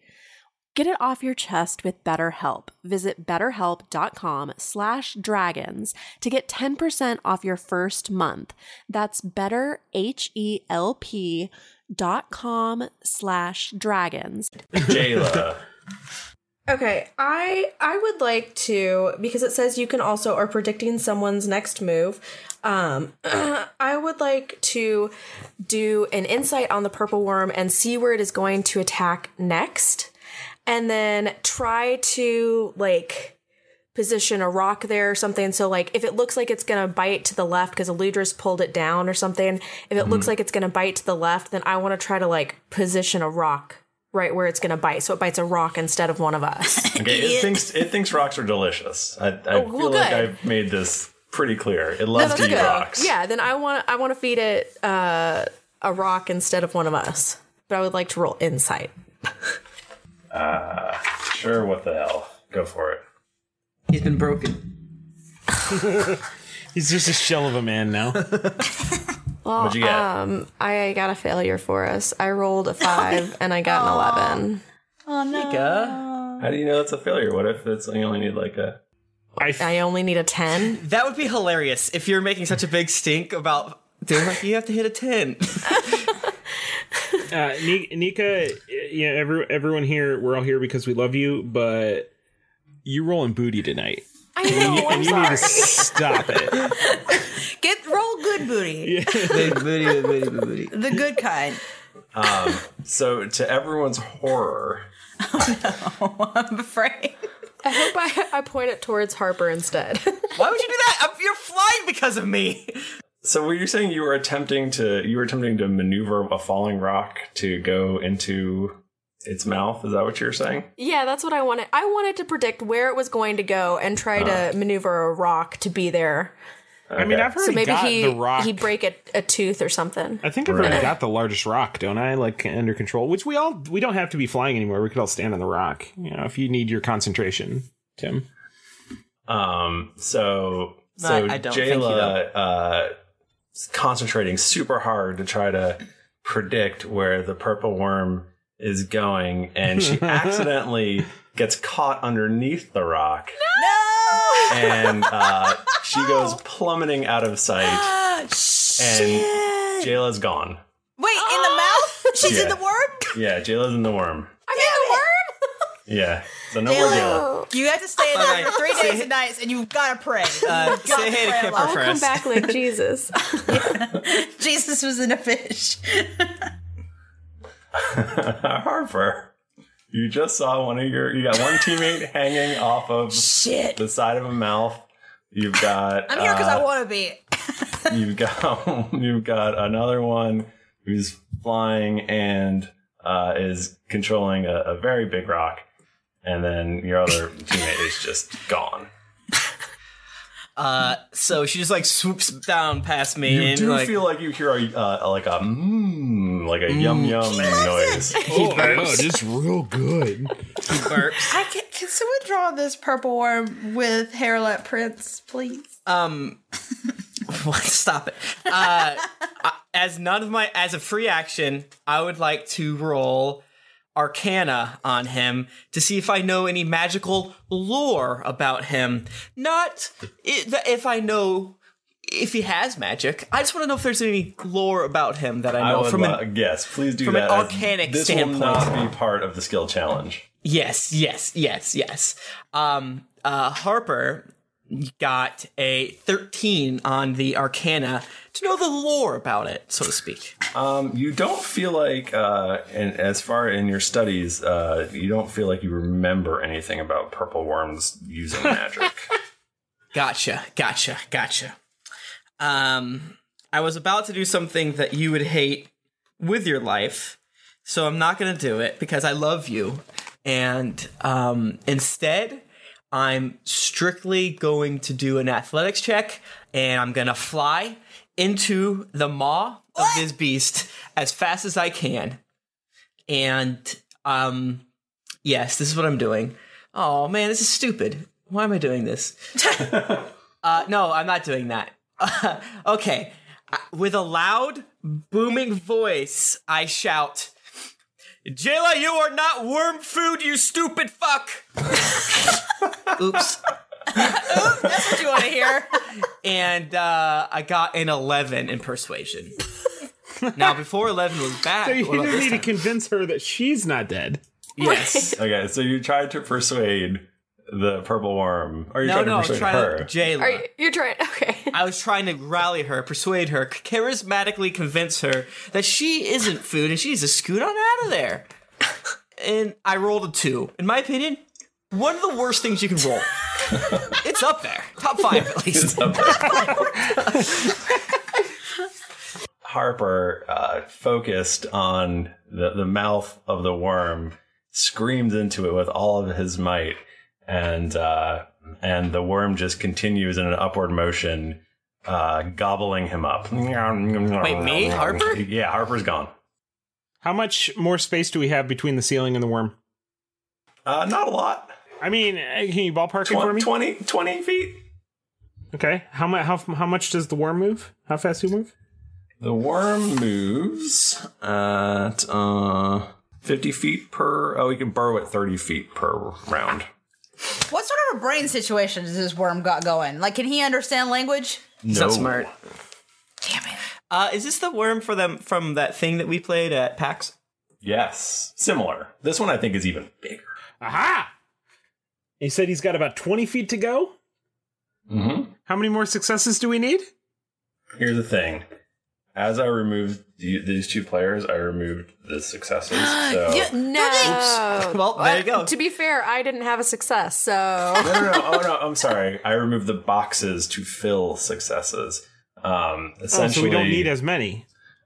Speaker 2: Get it off your chest with BetterHelp. Visit betterhelp.com slash dragons to get 10% off your first month. That's E betterhelp.com slash dragons.
Speaker 1: Jayla.
Speaker 10: Okay, I I would like to because it says you can also are predicting someone's next move. Um, I would like to do an insight on the purple worm and see where it is going to attack next.
Speaker 2: and then try to like position a rock there or something. So like if it looks like it's gonna bite to the left because Eludra's pulled it down or something, if it looks
Speaker 11: Mhm.
Speaker 2: like it's gonna bite to the left, then I want to try to like position a rock right where it's gonna bite, so it bites a rock instead of one of us.
Speaker 1: Okay, it thinks it thinks rocks are delicious. I, I feel
Speaker 2: Oh, well,
Speaker 1: like
Speaker 2: good.
Speaker 1: I've made this pretty clear. It
Speaker 2: No,
Speaker 1: loves
Speaker 2: that's
Speaker 1: to eat
Speaker 2: good.
Speaker 1: rocks.
Speaker 2: Yeah, then I want I want to feed it uh, a rock instead of one of us. But I would like to roll insight.
Speaker 1: Uh, sure, what the hell? Go for it.
Speaker 5: He's been broken.
Speaker 4: He's just a shell of a man now.
Speaker 2: Well,
Speaker 4: What'd you get?
Speaker 2: um, I got a failure for us. I rolled a five and I got an eleven.
Speaker 3: Oh no!
Speaker 1: How do you know it's a failure? What if it's you only need like a?
Speaker 4: I
Speaker 2: only need a ten.
Speaker 5: That would be hilarious if you're making such a big stink about doing like you have to hit a ten.
Speaker 4: uh, Ni- Nika, yeah, every, everyone here, we're all here because we love you, but you're rolling booty tonight.
Speaker 2: I
Speaker 4: and you,
Speaker 3: know,
Speaker 4: and
Speaker 3: I'm
Speaker 4: you need to
Speaker 3: sorry.
Speaker 4: stop it.
Speaker 3: Get roll good booty. The good kind.
Speaker 1: Um, so to everyone's horror,
Speaker 2: I hope I, I point it towards Harper instead.
Speaker 5: Why would you do that? I'm- You're flying because of me.
Speaker 1: so were you saying you were attempting to you were attempting to maneuver a falling rock to go into its mouth? Is that what you're saying?
Speaker 2: yeah, that's what I wanted. I wanted to predict where it was going to go and try to maneuver a rock to be there.
Speaker 4: I mean, I've
Speaker 2: so
Speaker 4: already
Speaker 2: maybe
Speaker 4: got
Speaker 2: he
Speaker 4: the rock.
Speaker 2: he break a, a tooth or something.
Speaker 4: I think I've already got the largest rock, don't I? Like under control, which we all we don't have to be flying anymore. We could all stand on the rock. You know, if you need your concentration, Tim.
Speaker 1: Um. So
Speaker 4: No,
Speaker 1: so
Speaker 4: I- I don't. Thank you,
Speaker 1: Jayla uh, is concentrating super hard to try to predict where the purple worm is going, and she accidentally gets caught underneath the rock,
Speaker 3: No.
Speaker 1: and uh, she goes plummeting out of
Speaker 3: Ah,
Speaker 1: sight, and Jayla's gone.
Speaker 3: Wait, in the
Speaker 2: Ah!
Speaker 3: mouth? She's in
Speaker 1: Yeah.
Speaker 3: the worm?
Speaker 1: Yeah, Jayla's in the worm.
Speaker 3: I'm in the worm?
Speaker 1: Yeah, so no more Jayla.
Speaker 3: You have to stay in
Speaker 5: Alright,
Speaker 3: there for three
Speaker 5: say
Speaker 3: days and nights, and you've got to pray.
Speaker 5: Uh,
Speaker 3: You've gotta
Speaker 5: say hey to
Speaker 3: pray a
Speaker 5: Kipper
Speaker 3: lot.
Speaker 5: I'll come first. back
Speaker 2: like Jesus.
Speaker 3: Jesus was in a fish.
Speaker 1: Harper, you just saw one of your. You got one teammate hanging off of
Speaker 3: Shit.
Speaker 1: the side of a mouth. You've got.
Speaker 3: I'm here because I
Speaker 1: uh,
Speaker 3: want to be.
Speaker 1: You've got. you've got another one who's flying and uh, is controlling a, a very big rock, and then your other teammate is just gone.
Speaker 5: Uh, so she just like swoops down past me.
Speaker 1: You
Speaker 5: and,
Speaker 1: do
Speaker 5: like, Mm.
Speaker 1: feel like you hear a uh, like a mmm, like a yum yum noise.
Speaker 5: He Oh, burps. no,
Speaker 4: just real good.
Speaker 3: I can, can someone draw this purple worm with hairlet prints, please?
Speaker 5: Um, stop it. Uh, I- as none of my as a free action, I would like to roll Arcana on him to see if I know any magical lore about him. Not i- if I know if he has magic. I just want to know if there's any lore about him that I know
Speaker 1: would
Speaker 5: from
Speaker 1: lo-
Speaker 5: an
Speaker 1: yes, please do
Speaker 5: from an
Speaker 1: that. as
Speaker 5: arcanic
Speaker 1: this
Speaker 5: standpoint.
Speaker 1: will not be part of the skill challenge.
Speaker 5: Yes, yes, yes, yes. Um, uh, Harper got a 13 on the Arcana to know the lore about it, so to speak.
Speaker 1: Um, you don't feel like, uh, and as far in your studies, uh, you don't feel like you remember anything about purple worms using magic.
Speaker 5: Gotcha, gotcha, gotcha. Um, I was about to do something that you would hate with your life, so I'm not going to do it because I love you. And um, instead, I'm strictly going to do an athletics check and I'm going to fly into the maw of this beast as fast as I can. And um, yes, this is what I'm doing. Oh man, this is stupid. Why am I doing this? Uh, no, I'm not doing that. okay. Uh, With a loud, booming voice, I shout, Jayla, you are not worm food, you stupid fuck! Oops.
Speaker 3: That's what you want to hear.
Speaker 5: And uh, I got an 11 in persuasion. now, before 11 was bad.
Speaker 4: So you
Speaker 5: what about
Speaker 4: don't
Speaker 5: this
Speaker 4: need to
Speaker 5: time?
Speaker 4: convince her that she's not dead.
Speaker 5: Yes.
Speaker 1: okay, so you tried to persuade the purple worm, or you
Speaker 5: No,
Speaker 1: tried
Speaker 5: no,
Speaker 1: to
Speaker 5: I'm
Speaker 1: persuade
Speaker 5: trying
Speaker 1: her.
Speaker 5: to Jayla.
Speaker 2: You're trying. Okay.
Speaker 5: I was trying to rally her, persuade her, charismatically convince her that she isn't food and she needs to scoot on out of there. and I rolled a two. In my opinion, one of the worst things you can roll. it's up there, top five at least.
Speaker 1: Harper, uh, focused on the, the mouth of the worm, screams into it with all of his might, and uh, and the worm just continues in an upward motion, uh, gobbling him up. Wait,
Speaker 5: me? Harper?
Speaker 1: Yeah, Harper's gone.
Speaker 4: How much more space do we have between the ceiling and the worm?
Speaker 1: Uh, not a lot.
Speaker 4: I mean, eh, can you ballpark it
Speaker 1: Twen-
Speaker 4: for me?
Speaker 1: 20, 20 feet.
Speaker 4: Okay. How much? How, how much does the worm move? How fast do you move?
Speaker 1: The worm moves at uh, 50 feet per. Oh, you can burrow at 30 feet per round.
Speaker 3: What sort of a brain situation does this worm got going? Like, can he understand language?
Speaker 5: Is that smart? Damn it. Uh, is this the worm for them from that thing that we played at PAX?
Speaker 1: Yes, similar. This one I think is even bigger.
Speaker 4: Aha! He said he's got about twenty feet to go.
Speaker 1: Mm-hmm.
Speaker 4: How many more successes do we need? Oh,
Speaker 1: Here's the thing. As I removed the, these two players, I removed the successes. So.
Speaker 2: You- no.
Speaker 5: Well, there you go.
Speaker 2: To be fair, I didn't have a success, so.
Speaker 1: no, no, no. Oh, no. I'm sorry. I removed the boxes to fill successes. Um,
Speaker 4: so we
Speaker 1: essentially,
Speaker 4: don't need as many.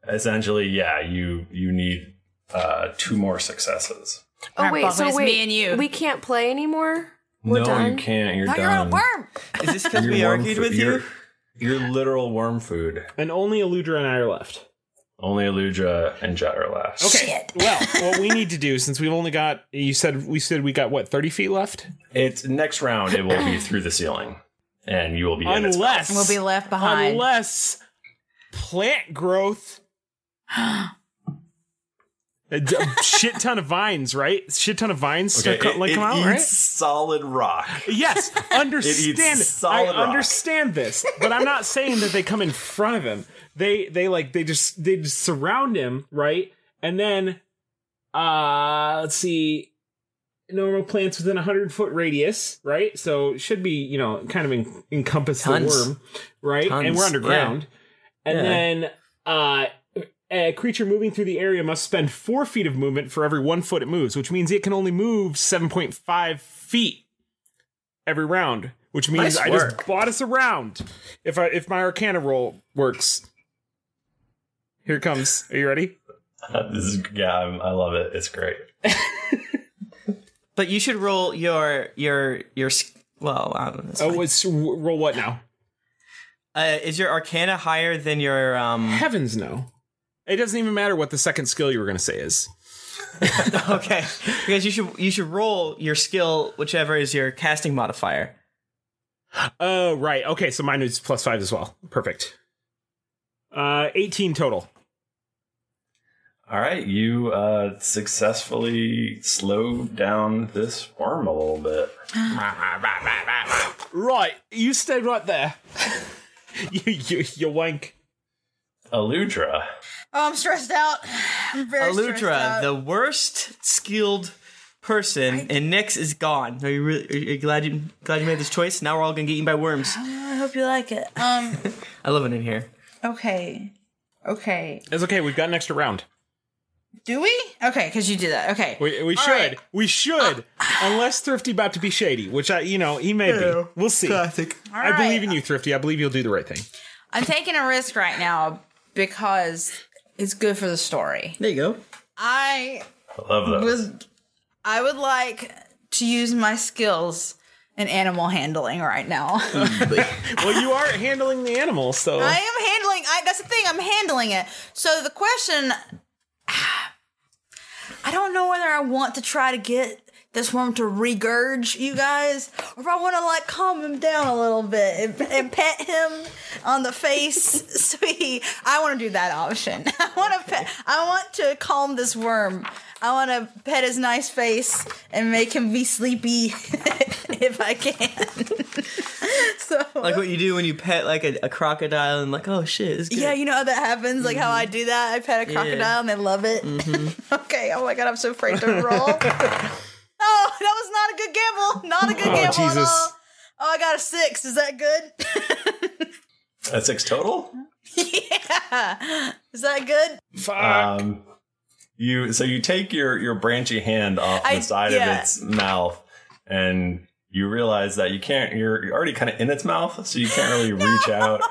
Speaker 1: Essentially, yeah. You you need uh, two more successes.
Speaker 2: Oh wait,
Speaker 3: Buffett,
Speaker 2: so
Speaker 3: it's
Speaker 2: wait,
Speaker 3: me and you.
Speaker 2: we can't play anymore. We're
Speaker 1: no,
Speaker 2: done.
Speaker 1: you can't. You're
Speaker 2: Now you're
Speaker 1: done.
Speaker 2: a worm.
Speaker 5: Is this
Speaker 1: You're worm food. You're- You're literal worm food.
Speaker 4: And only Eludra and I are left.
Speaker 1: Only Eludra and Jet are left.
Speaker 4: Okay. Well, what we need to do since we've only got you said we said we got what thirty feet left.
Speaker 1: It's next round. It will be through the ceiling, and you will be in its
Speaker 4: unless
Speaker 3: We'll be left behind.
Speaker 4: Unless plant growth. A d- shit ton of vines, right? Shit ton of vines
Speaker 1: Okay,
Speaker 4: start co-
Speaker 1: it-
Speaker 4: like
Speaker 1: it
Speaker 4: come out,
Speaker 1: eats
Speaker 4: right?
Speaker 1: Solid rock.
Speaker 4: Yes,
Speaker 1: It
Speaker 4: understand.
Speaker 1: eats solid
Speaker 4: I
Speaker 1: rock.
Speaker 4: understand this, but I'm not saying that they come in front of him. They they like they just they just surround him, right? And then uh let's see normal plants within a 100 foot radius, right? So it should be, you know, kind of en- encompass
Speaker 5: Tons.
Speaker 4: the worm, right? and
Speaker 5: Tons,
Speaker 4: we're underground.
Speaker 5: yeah.
Speaker 4: And
Speaker 5: Yeah.
Speaker 4: then uh a creature moving through the area must spend four feet of movement for every one foot it moves, which means it can only move 7.5 feet every round, which means
Speaker 5: Nice
Speaker 4: I
Speaker 5: work.
Speaker 4: just bought us a round. If I if my Arcana roll works, here it comes. Are you ready?
Speaker 1: this is yeah. I'm, I love it. It's great.
Speaker 5: But you should roll your your your. s- Well, I don't know.
Speaker 4: Oh, it's roll what now?
Speaker 5: Uh, is your Arcana higher than your um?
Speaker 4: Heavens no! It doesn't even matter what the second skill you were going to say is.
Speaker 5: okay, because you should you should roll your skill, whichever is your casting modifier.
Speaker 4: Oh right, okay. So mine is plus five as well. Perfect. Uh, eighteen total.
Speaker 1: All right, you uh, successfully slowed down this worm a little bit.
Speaker 4: Right, you stay right there. you, you you wank.
Speaker 1: Aludra.
Speaker 3: Oh, I'm stressed out. I'm very stressed
Speaker 5: Alutra,
Speaker 3: out.
Speaker 5: the worst skilled person, and Nyx is gone. Are you really are you glad you glad you made this choice? Now we're all gonna get eaten by worms.
Speaker 3: I hope you like it. Um.
Speaker 5: I love it in here.
Speaker 3: okay. Okay.
Speaker 4: It's okay. We've got an extra round.
Speaker 3: Do we? Okay, because you did that. Okay.
Speaker 4: We, we
Speaker 3: All
Speaker 4: should.
Speaker 3: right.
Speaker 4: We should. Unless Thrifty about to be shady, which I, you know, he may
Speaker 5: Yeah,
Speaker 4: be. We'll see.
Speaker 5: classic.
Speaker 4: I
Speaker 3: All
Speaker 4: believe in you, Thrifty. I believe you'll do the right thing.
Speaker 3: I'm taking a risk right now because it's good for the story.
Speaker 5: There you go.
Speaker 3: I
Speaker 1: I love those.
Speaker 3: was I would like to use my skills in animal handling right now.
Speaker 4: well, you are handling the animal, so
Speaker 3: I am handling. I, that's the thing. I'm handling it. So the question, I don't know whether I want to try to get this worm to regurge you guys, or if I want to like calm him down a little bit and, and pet him on the face. so he, I want to do that option. I want to pet. I want to calm this worm. I want to pet his nice face and make him be sleepy if I can. so
Speaker 5: Like what you do when you pet like a, a crocodile and like, oh shit, it's good.
Speaker 3: Yeah, you know how that happens? Like how I do that? I pet a
Speaker 5: Yeah.
Speaker 3: crocodile and they love it.
Speaker 5: Mhm.
Speaker 3: Okay, oh my god, I'm so afraid to roll. oh, that was not a good gamble. Not a good
Speaker 1: Oh,
Speaker 3: gamble at
Speaker 1: Jesus.
Speaker 3: all. Oh, I got a six. Is that good?
Speaker 1: That's six total.
Speaker 3: yeah. Is that good?
Speaker 1: Um, You so you take your your branchy hand off
Speaker 3: I-
Speaker 1: the side
Speaker 3: yeah.
Speaker 1: of its mouth, and you realize that you can't. You're, you're already kind of in its mouth, so you can't really reach out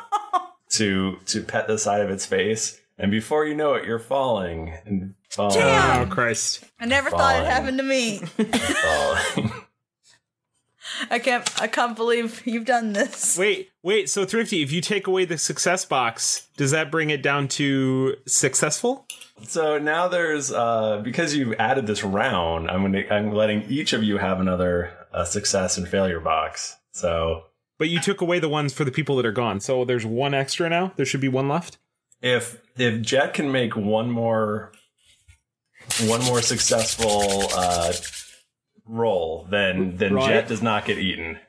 Speaker 1: to to pet the side of its face. And before you know it, you're falling and falling.
Speaker 3: Damn.
Speaker 1: Oh Christ!
Speaker 3: I never thought it happened to me. I can't. I can't believe you've done this.
Speaker 4: Wait, wait. So thrifty, if you take away the success box, does that bring it down to successful?
Speaker 1: So now there's uh, because you've added this round, I'm gonna I'm letting each of you have another uh, success and failure box. So
Speaker 4: But you took away the ones for the people that are gone. So there's one extra now. There should be one left.
Speaker 1: if if Jet can make one more one more successful uh, roll, then then
Speaker 4: Right.
Speaker 1: Jet does not get eaten.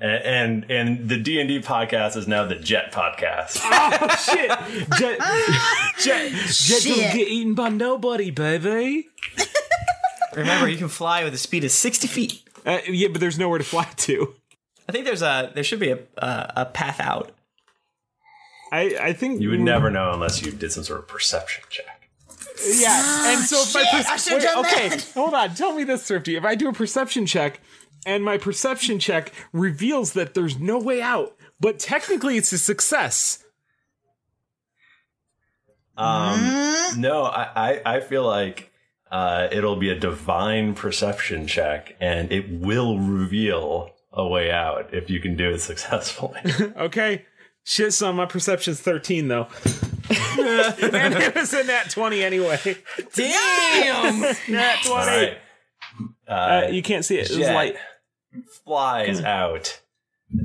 Speaker 1: A- And and, and the D and D podcast is now the Jet podcast.
Speaker 4: Ah.
Speaker 12: Oh shit! Jet, jet, jet
Speaker 1: Shit.
Speaker 12: don't get eaten by nobody, baby.
Speaker 5: Remember, you can fly with a speed of sixty feet.
Speaker 4: Uh, yeah, but there's nowhere to fly to.
Speaker 5: I think there's a there should be a uh, a path out.
Speaker 4: I I think
Speaker 1: You would never know unless you did some sort of perception check.
Speaker 4: Yeah, and so if
Speaker 12: Shit,
Speaker 4: I, per-
Speaker 12: I should've
Speaker 4: wait,
Speaker 12: done
Speaker 4: okay,
Speaker 12: that.
Speaker 4: hold on. Tell me this, Thrifty. If I do a perception check, and my perception check reveals that there's no way out, but technically it's a success.
Speaker 1: Um, no, I, I, I feel like uh, it'll be a divine perception check, and it will reveal a way out if you can do it successfully.
Speaker 4: okay, shit. Son, my perception's thirteen though, and it was a nat twenty anyway.
Speaker 5: Damn!
Speaker 4: nat twenty.
Speaker 1: All right.
Speaker 4: Uh, you can't see it. It was
Speaker 1: Jet
Speaker 4: light.
Speaker 1: Flies out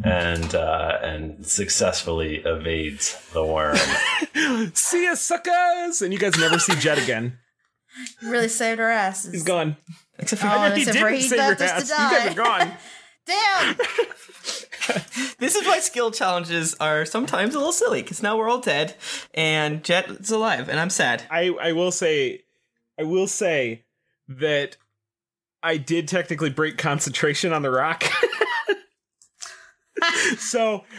Speaker 1: and uh, and successfully evades the worm.
Speaker 4: see ya, suckers! And you guys never see Jet again.
Speaker 3: You really saved our asses.
Speaker 4: He's gone. Except
Speaker 3: for- Oh, except for he left us to
Speaker 5: You
Speaker 3: die.
Speaker 5: guys are gone.
Speaker 3: Damn.
Speaker 5: This is why skill challenges are sometimes a little silly because now we're all dead and Jet's alive and I'm sad.
Speaker 4: I I will say, I will say that I did technically break concentration on the rock. so, uh,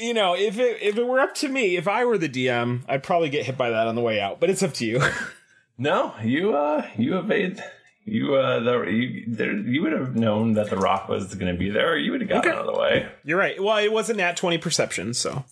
Speaker 4: you know, if it if it were up to me, if I were the DM, I'd probably get hit by that on the way out. But it's up to you.
Speaker 1: no, you uh, you evade. You uh, the you there, you would have known that the rock was going to be there. Or you would have gotten out of the way.
Speaker 4: You're right. Well, it wasn't at twenty perception, so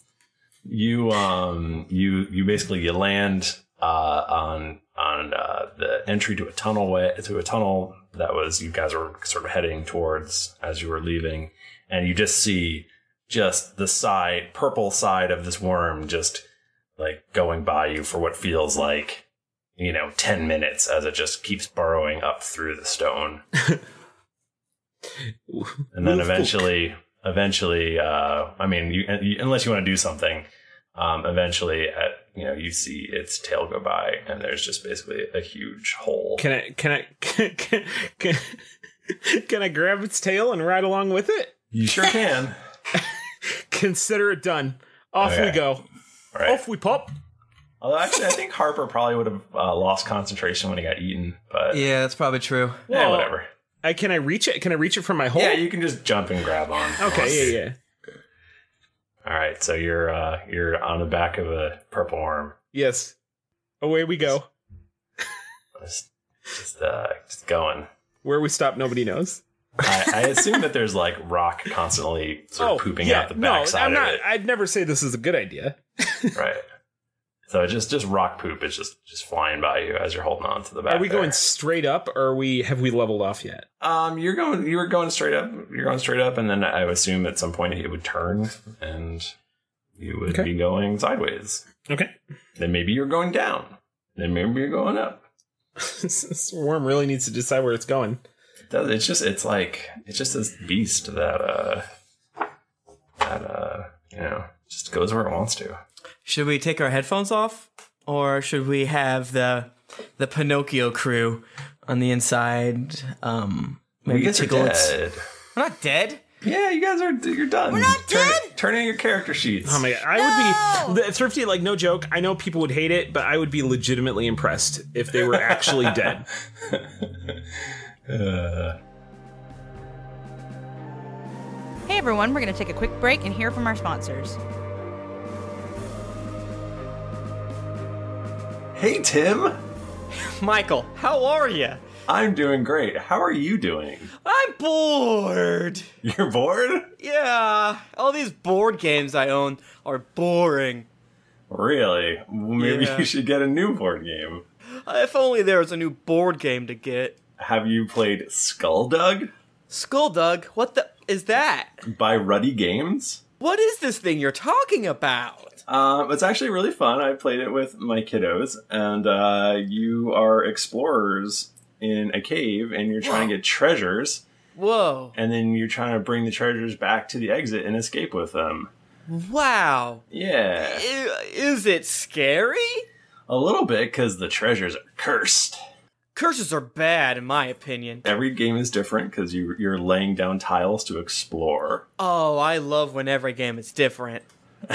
Speaker 1: you um you you basically you land uh on on uh the entry to a tunnel way to a tunnel that was you guys were sort of heading towards as you were leaving and you just see just the side purple side of this worm just like going by you for what feels like you know 10 minutes as it just keeps burrowing up through the stone and then
Speaker 4: Little folk.
Speaker 1: eventually eventually uh i mean you, you unless you want to do something um eventually at you know you see its tail go by and there's just basically a huge hole
Speaker 4: can I can I can can, can, can I grab its tail and ride along with it?
Speaker 1: You sure can.
Speaker 4: Consider it done. Off we
Speaker 1: Okay.
Speaker 4: go.
Speaker 1: All right.
Speaker 4: Off we pop.
Speaker 1: although actually i think harper probably would have uh, lost concentration when he got eaten but
Speaker 5: Yeah, that's probably true.
Speaker 1: yeah
Speaker 4: Well,
Speaker 1: whatever
Speaker 4: I, Uh, can I reach it? Can I reach it from my hole?
Speaker 1: yeah you can just jump and grab on
Speaker 4: Okay, yeah, yeah.
Speaker 1: all right so you're uh you're on the back of a purple worm
Speaker 4: Yes. Away we go.
Speaker 1: just just uh just going
Speaker 4: Where we stop, nobody knows.
Speaker 1: I, I assume that there's like rock constantly sort of pooping out the
Speaker 4: Oh, no,
Speaker 1: backside
Speaker 4: I'm not.
Speaker 1: of it.
Speaker 4: I'd never say this is a good idea.
Speaker 1: right. So it's just just rock poop is just just flying by you as you're holding on to the back.
Speaker 4: Are we
Speaker 1: there.
Speaker 4: going straight up, or are we have we leveled off yet?
Speaker 1: Um, you're going. You were going straight up. You're going straight up, and then I would assume at some point it would turn, and you would be going sideways.
Speaker 4: Okay.
Speaker 1: Then maybe you're going down. Then maybe you're going up.
Speaker 4: this worm really needs to decide where it's going.
Speaker 1: It does- It's just. It's like it's just this beast that uh that uh you know just goes where it wants to.
Speaker 5: Should we take our headphones off or should we have the the Pinocchio crew on the inside? Um,
Speaker 1: you guys are
Speaker 5: tickle its-
Speaker 1: dead.
Speaker 5: We're not dead.
Speaker 1: Yeah, you guys are. You're done. We're not dead. Turn, in your character sheets.
Speaker 4: Oh my god, I would be the, thrifty. Like no joke. I know people would hate it, but I would be legitimately impressed if they were actually dead.
Speaker 1: Uh,
Speaker 3: Hey everyone, we're going to take a quick break and hear from our sponsors.
Speaker 1: Hey Tim.
Speaker 5: Michael, how are you?
Speaker 1: I'm doing great. How are you doing?
Speaker 5: I'm bored.
Speaker 1: You're bored?
Speaker 5: Yeah, all these board games I own are boring.
Speaker 1: Really? Maybe
Speaker 5: Yeah.
Speaker 1: you should get a new board game.
Speaker 5: If only there was a new board game to get.
Speaker 1: Have you played Skulldug
Speaker 5: Skulldug, what the is that?
Speaker 1: by Ruddy Games?
Speaker 5: What is this thing you're talking about?
Speaker 1: Um, it's actually really fun. I played it with my kiddos, and uh, you are explorers in a cave, and you're trying to get treasures,
Speaker 5: Whoa.
Speaker 1: and then you're trying to bring the treasures back to the exit and escape with them.
Speaker 5: Wow.
Speaker 1: Yeah.
Speaker 5: I- Is it scary?
Speaker 1: A little bit, because the treasures are cursed.
Speaker 5: Curses are bad in my opinion.
Speaker 1: Every game is different because you, you're laying down tiles to explore.
Speaker 5: Oh, I love when every game is different.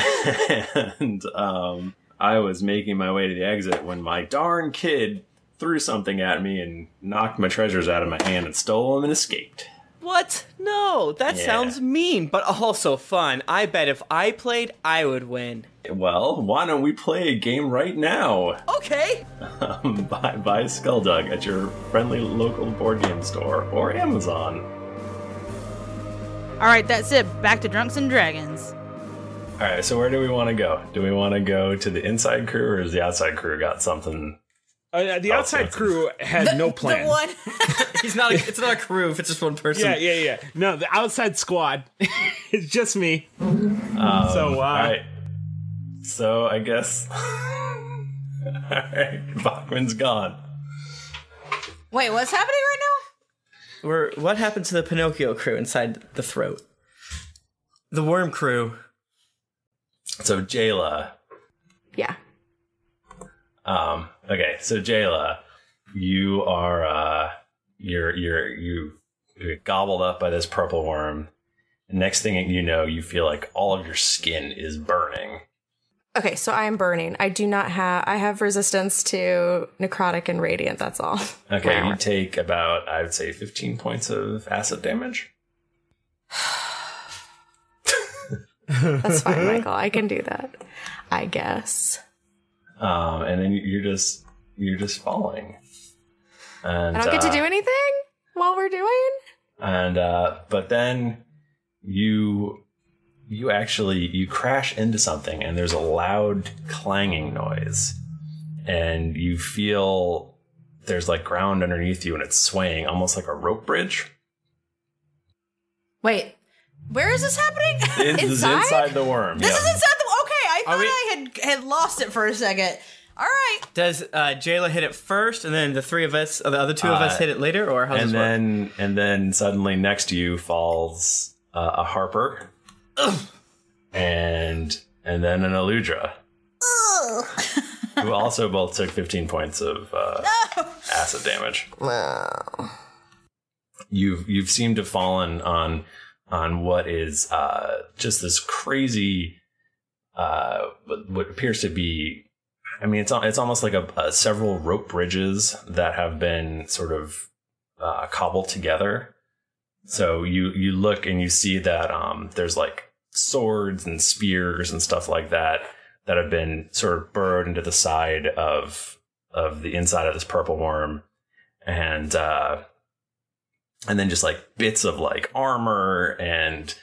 Speaker 1: and um, I was making my way to the exit when my darn kid threw something at me and knocked my treasures out of my hand and stole them and escaped.
Speaker 5: What? No, that
Speaker 1: Yeah.
Speaker 5: sounds mean, but also fun. I bet if I played, I would win.
Speaker 1: Well, why don't we play a game right now?
Speaker 5: Okay.
Speaker 1: Um, buy, buy Skulldug at your friendly local board game store or Amazon.
Speaker 3: All right, that's it. Back to Drunks and Dragons.
Speaker 1: All right, so where do we want to go? Do we want to go to the inside crew or is the outside crew got something?
Speaker 4: Uh,
Speaker 1: Oh,
Speaker 4: the outside crew had no plan.
Speaker 3: one.
Speaker 4: He's not. A, it's not a crew. If it's just one person. Yeah, yeah, yeah. No, the outside squad. it's just me.
Speaker 1: Um,
Speaker 4: so uh,
Speaker 1: all right. So I guess. all right, Bachman's gone.
Speaker 3: Wait, what's happening right now?
Speaker 5: We're, what happened to the Pinocchio crew inside the throat?
Speaker 1: The worm crew. So Jayla.
Speaker 2: Yeah.
Speaker 1: Um, okay, so Jayla, you are uh you're you're you you're gobbled up by this purple worm. Next thing you know, you feel like all of your skin is burning.
Speaker 2: Okay, so I am burning. I do not have. I have resistance to necrotic and radiant. That's all.
Speaker 1: Okay, you take about I would say 15 points of acid damage.
Speaker 2: That's fine, Michael. I can do that. I guess.
Speaker 1: Um, and then you're just you're just falling. And,
Speaker 2: I don't get to
Speaker 1: uh,
Speaker 2: do anything while we're doing.
Speaker 1: and uh, but then you you actually you crash into something and there's a loud clanging noise and you feel there's like ground underneath you and it's swaying almost like a rope bridge
Speaker 3: Wait, where is this happening?
Speaker 1: It's inside the worm
Speaker 3: This
Speaker 1: yeah.
Speaker 3: is inside the. Okay, I
Speaker 5: Are
Speaker 3: thought
Speaker 5: we-
Speaker 3: I had had lost it for a second. All right.
Speaker 5: Does uh, Jayla hit it first, and then the three of us, or the other two of us,
Speaker 1: Uh,
Speaker 5: hit it later, or how
Speaker 1: and
Speaker 5: does this work?
Speaker 1: then and then suddenly next to you falls uh, a harper and and then an eludra who also both took 15 points of uh, acid damage. Wow. You've you've seemed to have fallen on on what is uh, just this crazy uh, what, what appears to be I mean it's al- it's almost like a, a several rope bridges that have been sort of uh, cobbled together. So you you look and you see that um, there's like swords and spears and stuff like that that have been sort of burrowed into the side of of the inside of this purple worm, and uh, and then just like bits of like armor and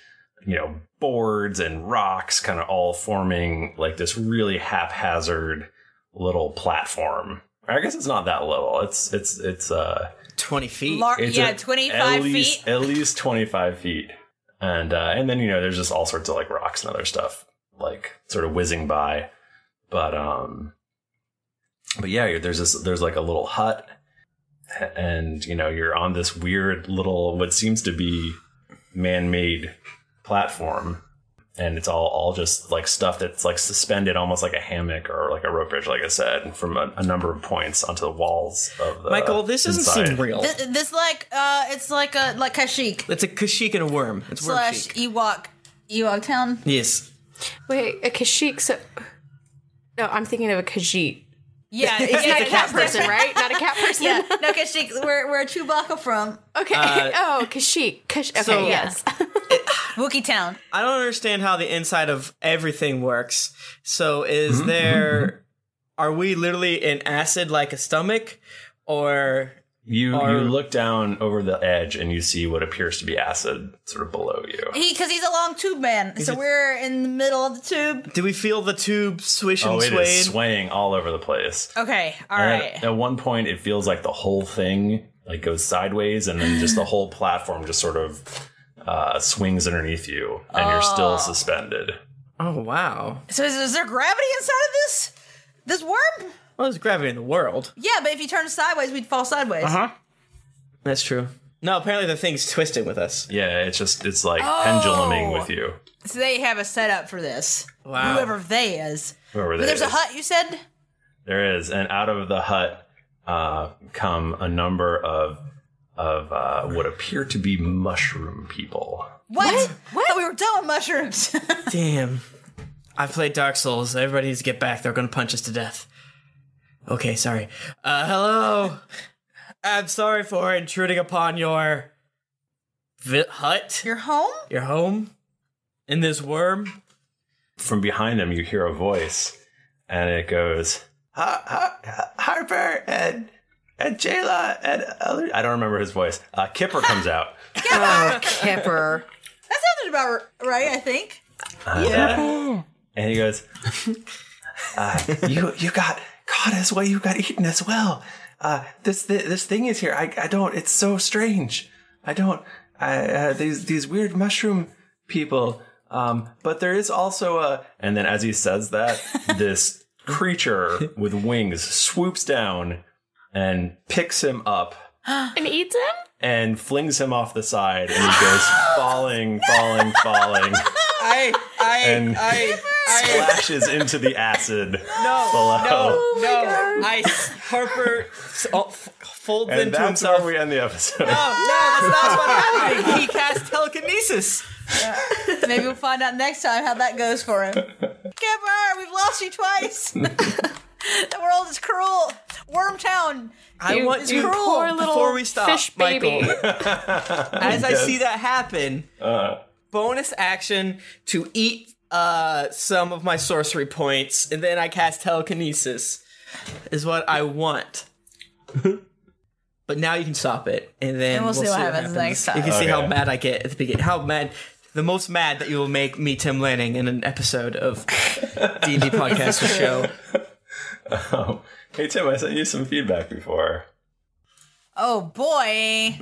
Speaker 1: you know boards and rocks kind of all forming like this really haphazard little platform. I guess it's not that little. It's it's it's uh
Speaker 5: twenty feet.
Speaker 3: Lar- yeah,
Speaker 1: at
Speaker 3: 25
Speaker 1: least- At least twenty five feet, and uh, and then you know there's just all sorts of like rocks and other stuff like sort of whizzing by, but um, but yeah, there's this there's like a little hut, and you know you're on this weird little what seems to be man made platform. And it's all, all just like stuff that's like suspended, almost like a hammock or like a rope bridge, like I said, from a, a number of points onto the walls of the.
Speaker 5: Michael, this doesn't
Speaker 1: Uh, inside.
Speaker 5: seem real.
Speaker 3: This, this like uh, it's like a like Kashyyyk
Speaker 5: It's a kashik and a worm. It's worm
Speaker 3: slash
Speaker 5: chic.
Speaker 3: Ewok Ewok Town.
Speaker 5: Yes.
Speaker 2: Wait, a Kashyyyk. So, no, I'm thinking of a Khajiit.
Speaker 3: Yeah,
Speaker 2: it's
Speaker 3: yeah,
Speaker 2: not a cat
Speaker 3: that's
Speaker 2: person,
Speaker 3: different.
Speaker 2: right? Not a cat person.
Speaker 3: Yeah, no Kashyyyk. Where where Chewbacca from?
Speaker 2: Okay.
Speaker 5: Uh,
Speaker 2: oh, Kashyyyk. Kash- okay.
Speaker 5: So-
Speaker 2: yes.
Speaker 3: Wookie Town.
Speaker 5: I don't understand how the inside of everything works.
Speaker 1: Mm-hmm.
Speaker 5: So is there? Are we literally in acid like a stomach, Or
Speaker 1: You
Speaker 5: Are-
Speaker 1: you look down over the edge and you see what appears to be acid sort of below you.
Speaker 3: He, because he's a long tube man,
Speaker 1: Is
Speaker 3: so
Speaker 1: it-
Speaker 3: we're in the middle of the tube.
Speaker 5: do we feel the tube swish
Speaker 1: oh,
Speaker 5: and
Speaker 1: it is
Speaker 5: sway?
Speaker 1: swaying all over the place.
Speaker 3: Okay, all
Speaker 1: And
Speaker 3: right.
Speaker 1: At, at one point, it feels like the whole thing like goes sideways, and then just the whole platform just sort of uh, swings underneath you, and you're
Speaker 3: Oh.
Speaker 1: still suspended.
Speaker 5: Oh wow!
Speaker 3: So is, is there gravity inside of this? This worm?
Speaker 5: Well, there's gravity in the world.
Speaker 3: Yeah, but if you turn sideways, we'd fall sideways.
Speaker 5: That's true. No, apparently the thing's twisted with us.
Speaker 1: Yeah, it's just it's like
Speaker 3: Oh.
Speaker 1: penduluming with you.
Speaker 3: So they have a setup for this.
Speaker 1: Wow.
Speaker 3: Whoever they is.
Speaker 1: Whoever
Speaker 3: But
Speaker 1: that
Speaker 3: there's a
Speaker 1: is.
Speaker 3: hut, you said?
Speaker 1: There is, and out of the hut uh, come a number of of uh, what appear to be mushroom people.
Speaker 3: What? What? Thought we were done with mushrooms.
Speaker 5: Damn. I played Dark Souls. Everybody needs to get back. They're going to punch us to death. Okay, sorry. Uh, hello. I'm sorry for intruding upon your vi- hut,
Speaker 3: your home,
Speaker 5: your home, and this worm.
Speaker 1: From behind them, you hear a voice, and it goes, Har- Har- Harper and and Jayla and other. I don't remember his voice. Uh, Kipper comes out.
Speaker 2: Oh, Kipper.
Speaker 3: That sounded about r- right, I think.
Speaker 1: Uh, And he goes, uh, "You you got caught as well. You got eaten as well. Uh, this thi- this thing is here. I I don't. It's so strange. I don't. I, uh, these these weird mushroom people. Um, but there is also a. And then as he says that, this creature with wings swoops down and picks him up
Speaker 11: and eats him?
Speaker 1: and flings him off the side, and he goes falling, falling, falling.
Speaker 5: I, I,
Speaker 1: And-
Speaker 5: I,
Speaker 1: splashes into the acid
Speaker 5: no,
Speaker 1: below.
Speaker 5: no,
Speaker 1: Oh,
Speaker 5: no. I, Harper s- oh, f- folds
Speaker 1: And
Speaker 5: into
Speaker 1: that's
Speaker 5: himself.
Speaker 1: where we end the episode.
Speaker 3: Oh,
Speaker 5: No, that's not what happened. He cast telekinesis.
Speaker 3: Maybe we'll find out next time how that goes for him. Kipper, we've lost you twice. the world is cruel. Wormtown.
Speaker 5: I
Speaker 3: is
Speaker 5: want you-
Speaker 3: cruel.
Speaker 5: Poor little Before we stop, fish baby. Michael. As I
Speaker 1: Yes.
Speaker 5: see that happen, bonus action to eat uh, some of my sorcery points, and then I cast telekinesis, is what I want. but now you can stop it, and then
Speaker 3: And we'll see what happens next time.
Speaker 5: You can see how
Speaker 3: Okay.
Speaker 5: mad I get at the beginning. How mad. The most mad that you will make me, Tim Lanning, in an episode of D and D podcast or show.
Speaker 1: Oh. Hey Tim, I sent you some feedback before.
Speaker 3: Oh boy.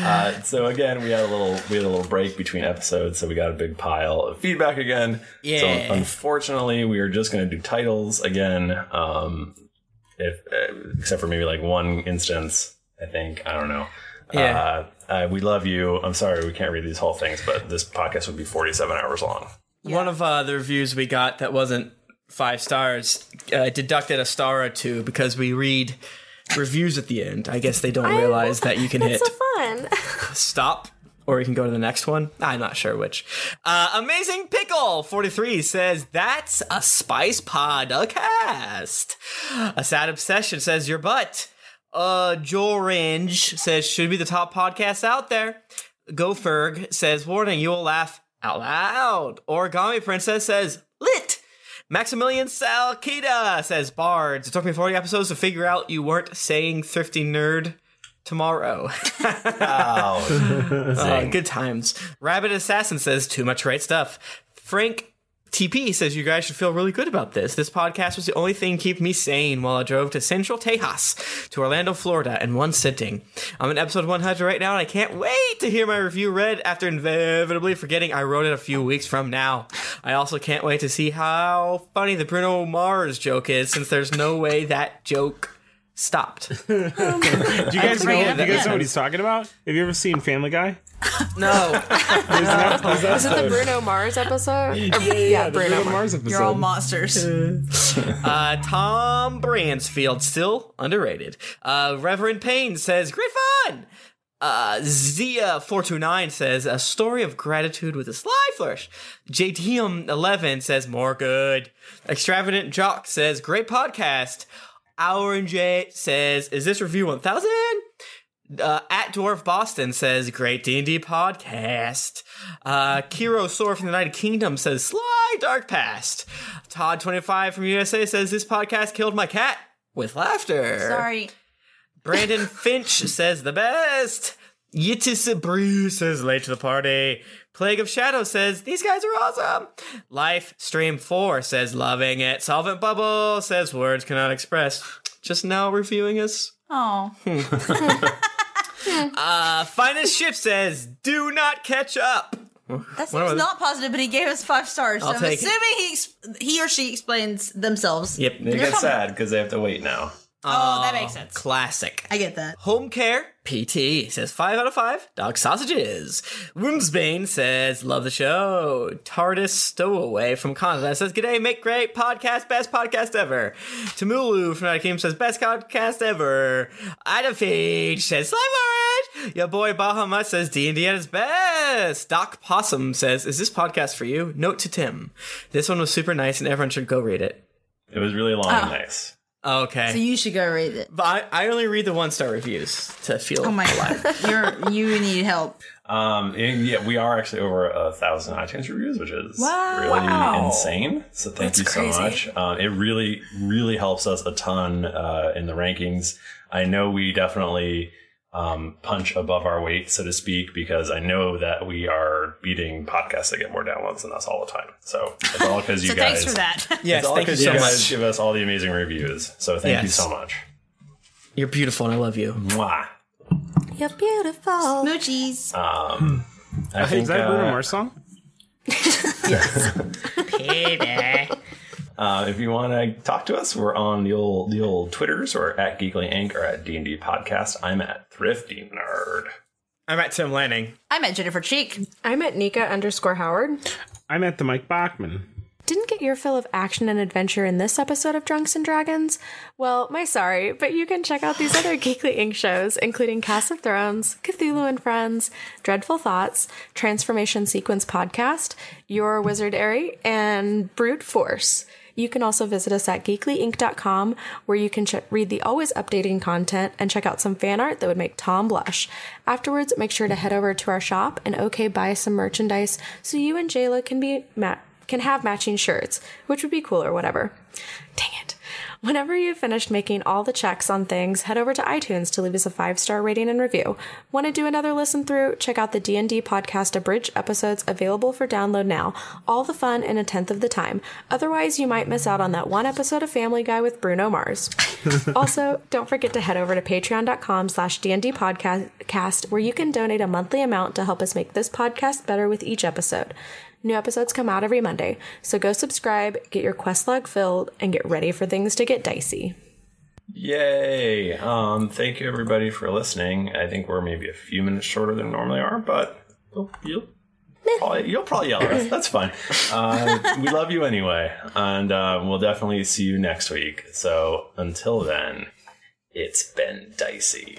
Speaker 1: Uh, so again, we had a little we had a little break between episodes, so we got a big pile of feedback again. So
Speaker 5: Yeah.
Speaker 1: unfortunately, we are just going to do titles again. Um, if uh, except for maybe like one instance, I think I don't know.
Speaker 5: Yeah.
Speaker 1: Uh, uh, we love you. I'm sorry we can't read these whole things, but this podcast would be 47 hours long.
Speaker 5: One of uh, the reviews we got that wasn't five stars uh, deducted a star or two because we read reviews at the end. I guess they don't realize that you can hit
Speaker 2: That's so fun.
Speaker 5: stop or you can go to the next one. I'm not sure which. Uh, Amazing Pickle 43 says, That's a Spice Podcast. A Sad Obsession says, Your butt. Uh, Jorange says, Should be the top podcast out there. Go Ferg says, Warning, you will laugh out loud. Origami Princess says, Lit. Maximilian Salkita says, Bards, it took me 40 episodes to figure out you weren't saying thrifty nerd tomorrow. Uh, good times. Rabbit Assassin says too much right stuff. Frank TP says you guys should feel really good about this. This podcast was the only thing keeping me sane while I drove to Central Tejas to Orlando, Florida in one sitting. I'm in episode 100 right now and I can't wait to hear my review read after inevitably forgetting I wrote it a few weeks from now. I also can't wait to see how funny the Bruno Mars joke is since there's no way that joke stopped. Do you
Speaker 4: Do you guys know? Do you guys know what he's talking about? Have you ever seen Family Guy?
Speaker 5: No.
Speaker 2: Was it the Bruno Mars episode? Or- yeah, Bruno, Mars.
Speaker 4: episode.
Speaker 3: You're all monsters.
Speaker 5: uh, Tom Bransfield, still underrated. Uh, Reverend Payne says, great fun! Uh, Zia429 says, a story of gratitude with a sly flourish. JTM11 says, more good. Extravagant Jock says, great podcast. Hour and J says, is this review 1000? Uh, at Dwarf Boston says, great D&D podcast. Uh, Kiro Sor from the United Kingdom says, sly dark past. Todd25 from USA says, this podcast killed my cat. with laughter.
Speaker 3: Sorry.
Speaker 5: Brandon Finch says the best. Yitis Abreu says late to the party. Plague of Shadow says these guys are awesome. Life Stream 4 says loving it. Solvent Bubble says words cannot express. Just now reviewing us.
Speaker 3: Oh.
Speaker 5: Uh, Finest Ship says do not catch up.
Speaker 3: That seems not positive, but he gave us five stars. So
Speaker 5: I'll
Speaker 3: I'm
Speaker 5: take it.
Speaker 3: assuming he ex- he or she explains themselves.
Speaker 5: Yep,
Speaker 1: They
Speaker 3: You're
Speaker 1: get
Speaker 3: fine.
Speaker 1: sad because they have to wait now.
Speaker 3: Oh, that makes sense.
Speaker 5: Classic.
Speaker 3: I get that.
Speaker 5: Home Care PT says 5 out of 5. Dog Sausages. Wimsbane says, Love the show. TARDIS Stowaway from Canada says, G'day, make great podcast, best podcast ever. Tamulu from United Kingdom says, Best podcast ever. Ida Page says, Slime Orange. Your boy Bahama says, D&D at its best. Doc Possum says, Is this podcast for you? Note to Tim. This one was super nice and everyone should go read it.
Speaker 1: It was really long
Speaker 3: and Oh.
Speaker 1: nice.
Speaker 5: Okay.
Speaker 3: So you should go read it.
Speaker 5: But I, I only read the one star reviews to feel
Speaker 3: Oh my god, you're you need help.
Speaker 1: Um, and yeah, we are actually over a thousand iTunes reviews, which is
Speaker 3: Wow.
Speaker 1: really
Speaker 3: Wow.
Speaker 1: insane. So thank
Speaker 3: That's
Speaker 1: you so
Speaker 3: crazy.
Speaker 1: much. Um, it really, really helps us a ton uh, in the rankings. I know we definitely um, punch above our weight, so to speak, because I know that we are beating podcasts that get more downloads than us all the time. So it's all because you
Speaker 3: So
Speaker 1: guys.
Speaker 3: thanks for that.
Speaker 1: it's
Speaker 5: Yes,
Speaker 1: all
Speaker 5: thank you
Speaker 1: 'cause
Speaker 5: so
Speaker 1: guys
Speaker 5: much.
Speaker 1: Give us all the amazing reviews. So thank you
Speaker 5: Yes.
Speaker 1: so much.
Speaker 5: You're beautiful and I love you.
Speaker 1: Mwah.
Speaker 2: You're beautiful.
Speaker 3: Smoochies.
Speaker 1: Um, I
Speaker 4: Is
Speaker 1: think,
Speaker 4: that Bruno
Speaker 1: uh,
Speaker 4: Mars song?
Speaker 1: Uh, if you want to talk to us, we're on the old the old Twitters or at Geekly Inc. or at D and D Podcast. I'm at Thrifty Nerd.
Speaker 5: I'm at Tim Lanning.
Speaker 3: I'm at Jennifer Cheek.
Speaker 2: I'm at Nika underscore Howard.
Speaker 4: I'm at the Mike Bachman.
Speaker 2: Didn't get your fill of action and adventure in this episode of Drunks and Dragons? Well, my sorry, but you can check out these other Geekly Inc. shows, including Cast of Thrones, Cthulhu and Friends, Dreadful Thoughts, Transformation Sequence Podcast, Your Wizard Airy, and Brute Force. You can also visit us at geeklyinc.com, where you can ch- read the always updating content and check out some fan art that would make Tom blush. Afterwards, make sure to head over to our shop and okay, buy some merchandise so you and Jayla can be ma- can have matching shirts, which would be cool or whatever. Dang it. Whenever you've finished making all the checks on things, head over to iTunes to leave us a five-star rating and review. Want to do another listen through? Check out the D&D podcast abridged episodes available for download now. All the fun in a tenth of the time. Otherwise, you might miss out on that one episode of Family Guy with Bruno Mars. also, don't forget to head over to patreon.com slash D&D podcast where you can donate a monthly amount to help us make this podcast better with each episode. New episodes come out every Monday, so go subscribe, get your quest log filled, and get ready for things to get dicey.
Speaker 1: Yay! Um, thank you everybody for listening. I think we're maybe a few minutes shorter than we normally are, but you'll you'll probably, you'll probably yell at us. That's fine. Uh, we love you anyway, and uh, we'll definitely see you next week. So until then, it's been dicey.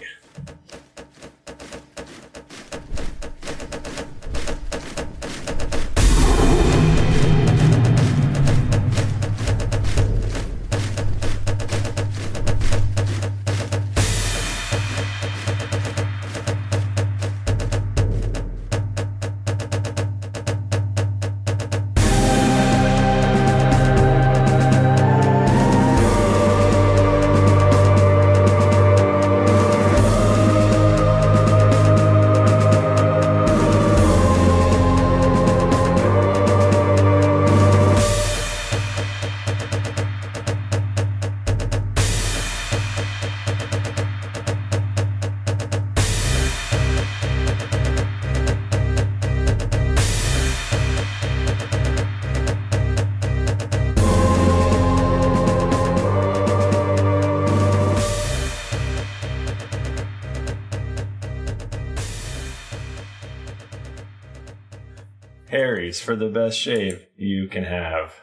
Speaker 1: Harry's for the best shave you can have.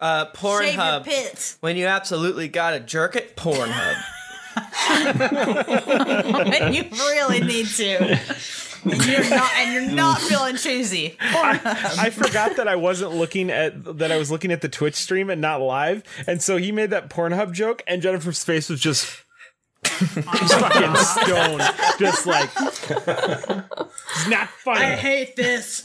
Speaker 5: Uh,
Speaker 3: Shave your
Speaker 5: Pornhub.
Speaker 3: pits.
Speaker 5: When you absolutely gotta jerk it, Pornhub.
Speaker 3: you really need to. You're not, and you're not feeling choosy.
Speaker 4: I forgot that I wasn't looking at that I was looking at the Twitch stream and not live, and so he made that Pornhub joke, and Jennifer's face was just, just fucking stone, just like it's not funny.
Speaker 3: I hate this.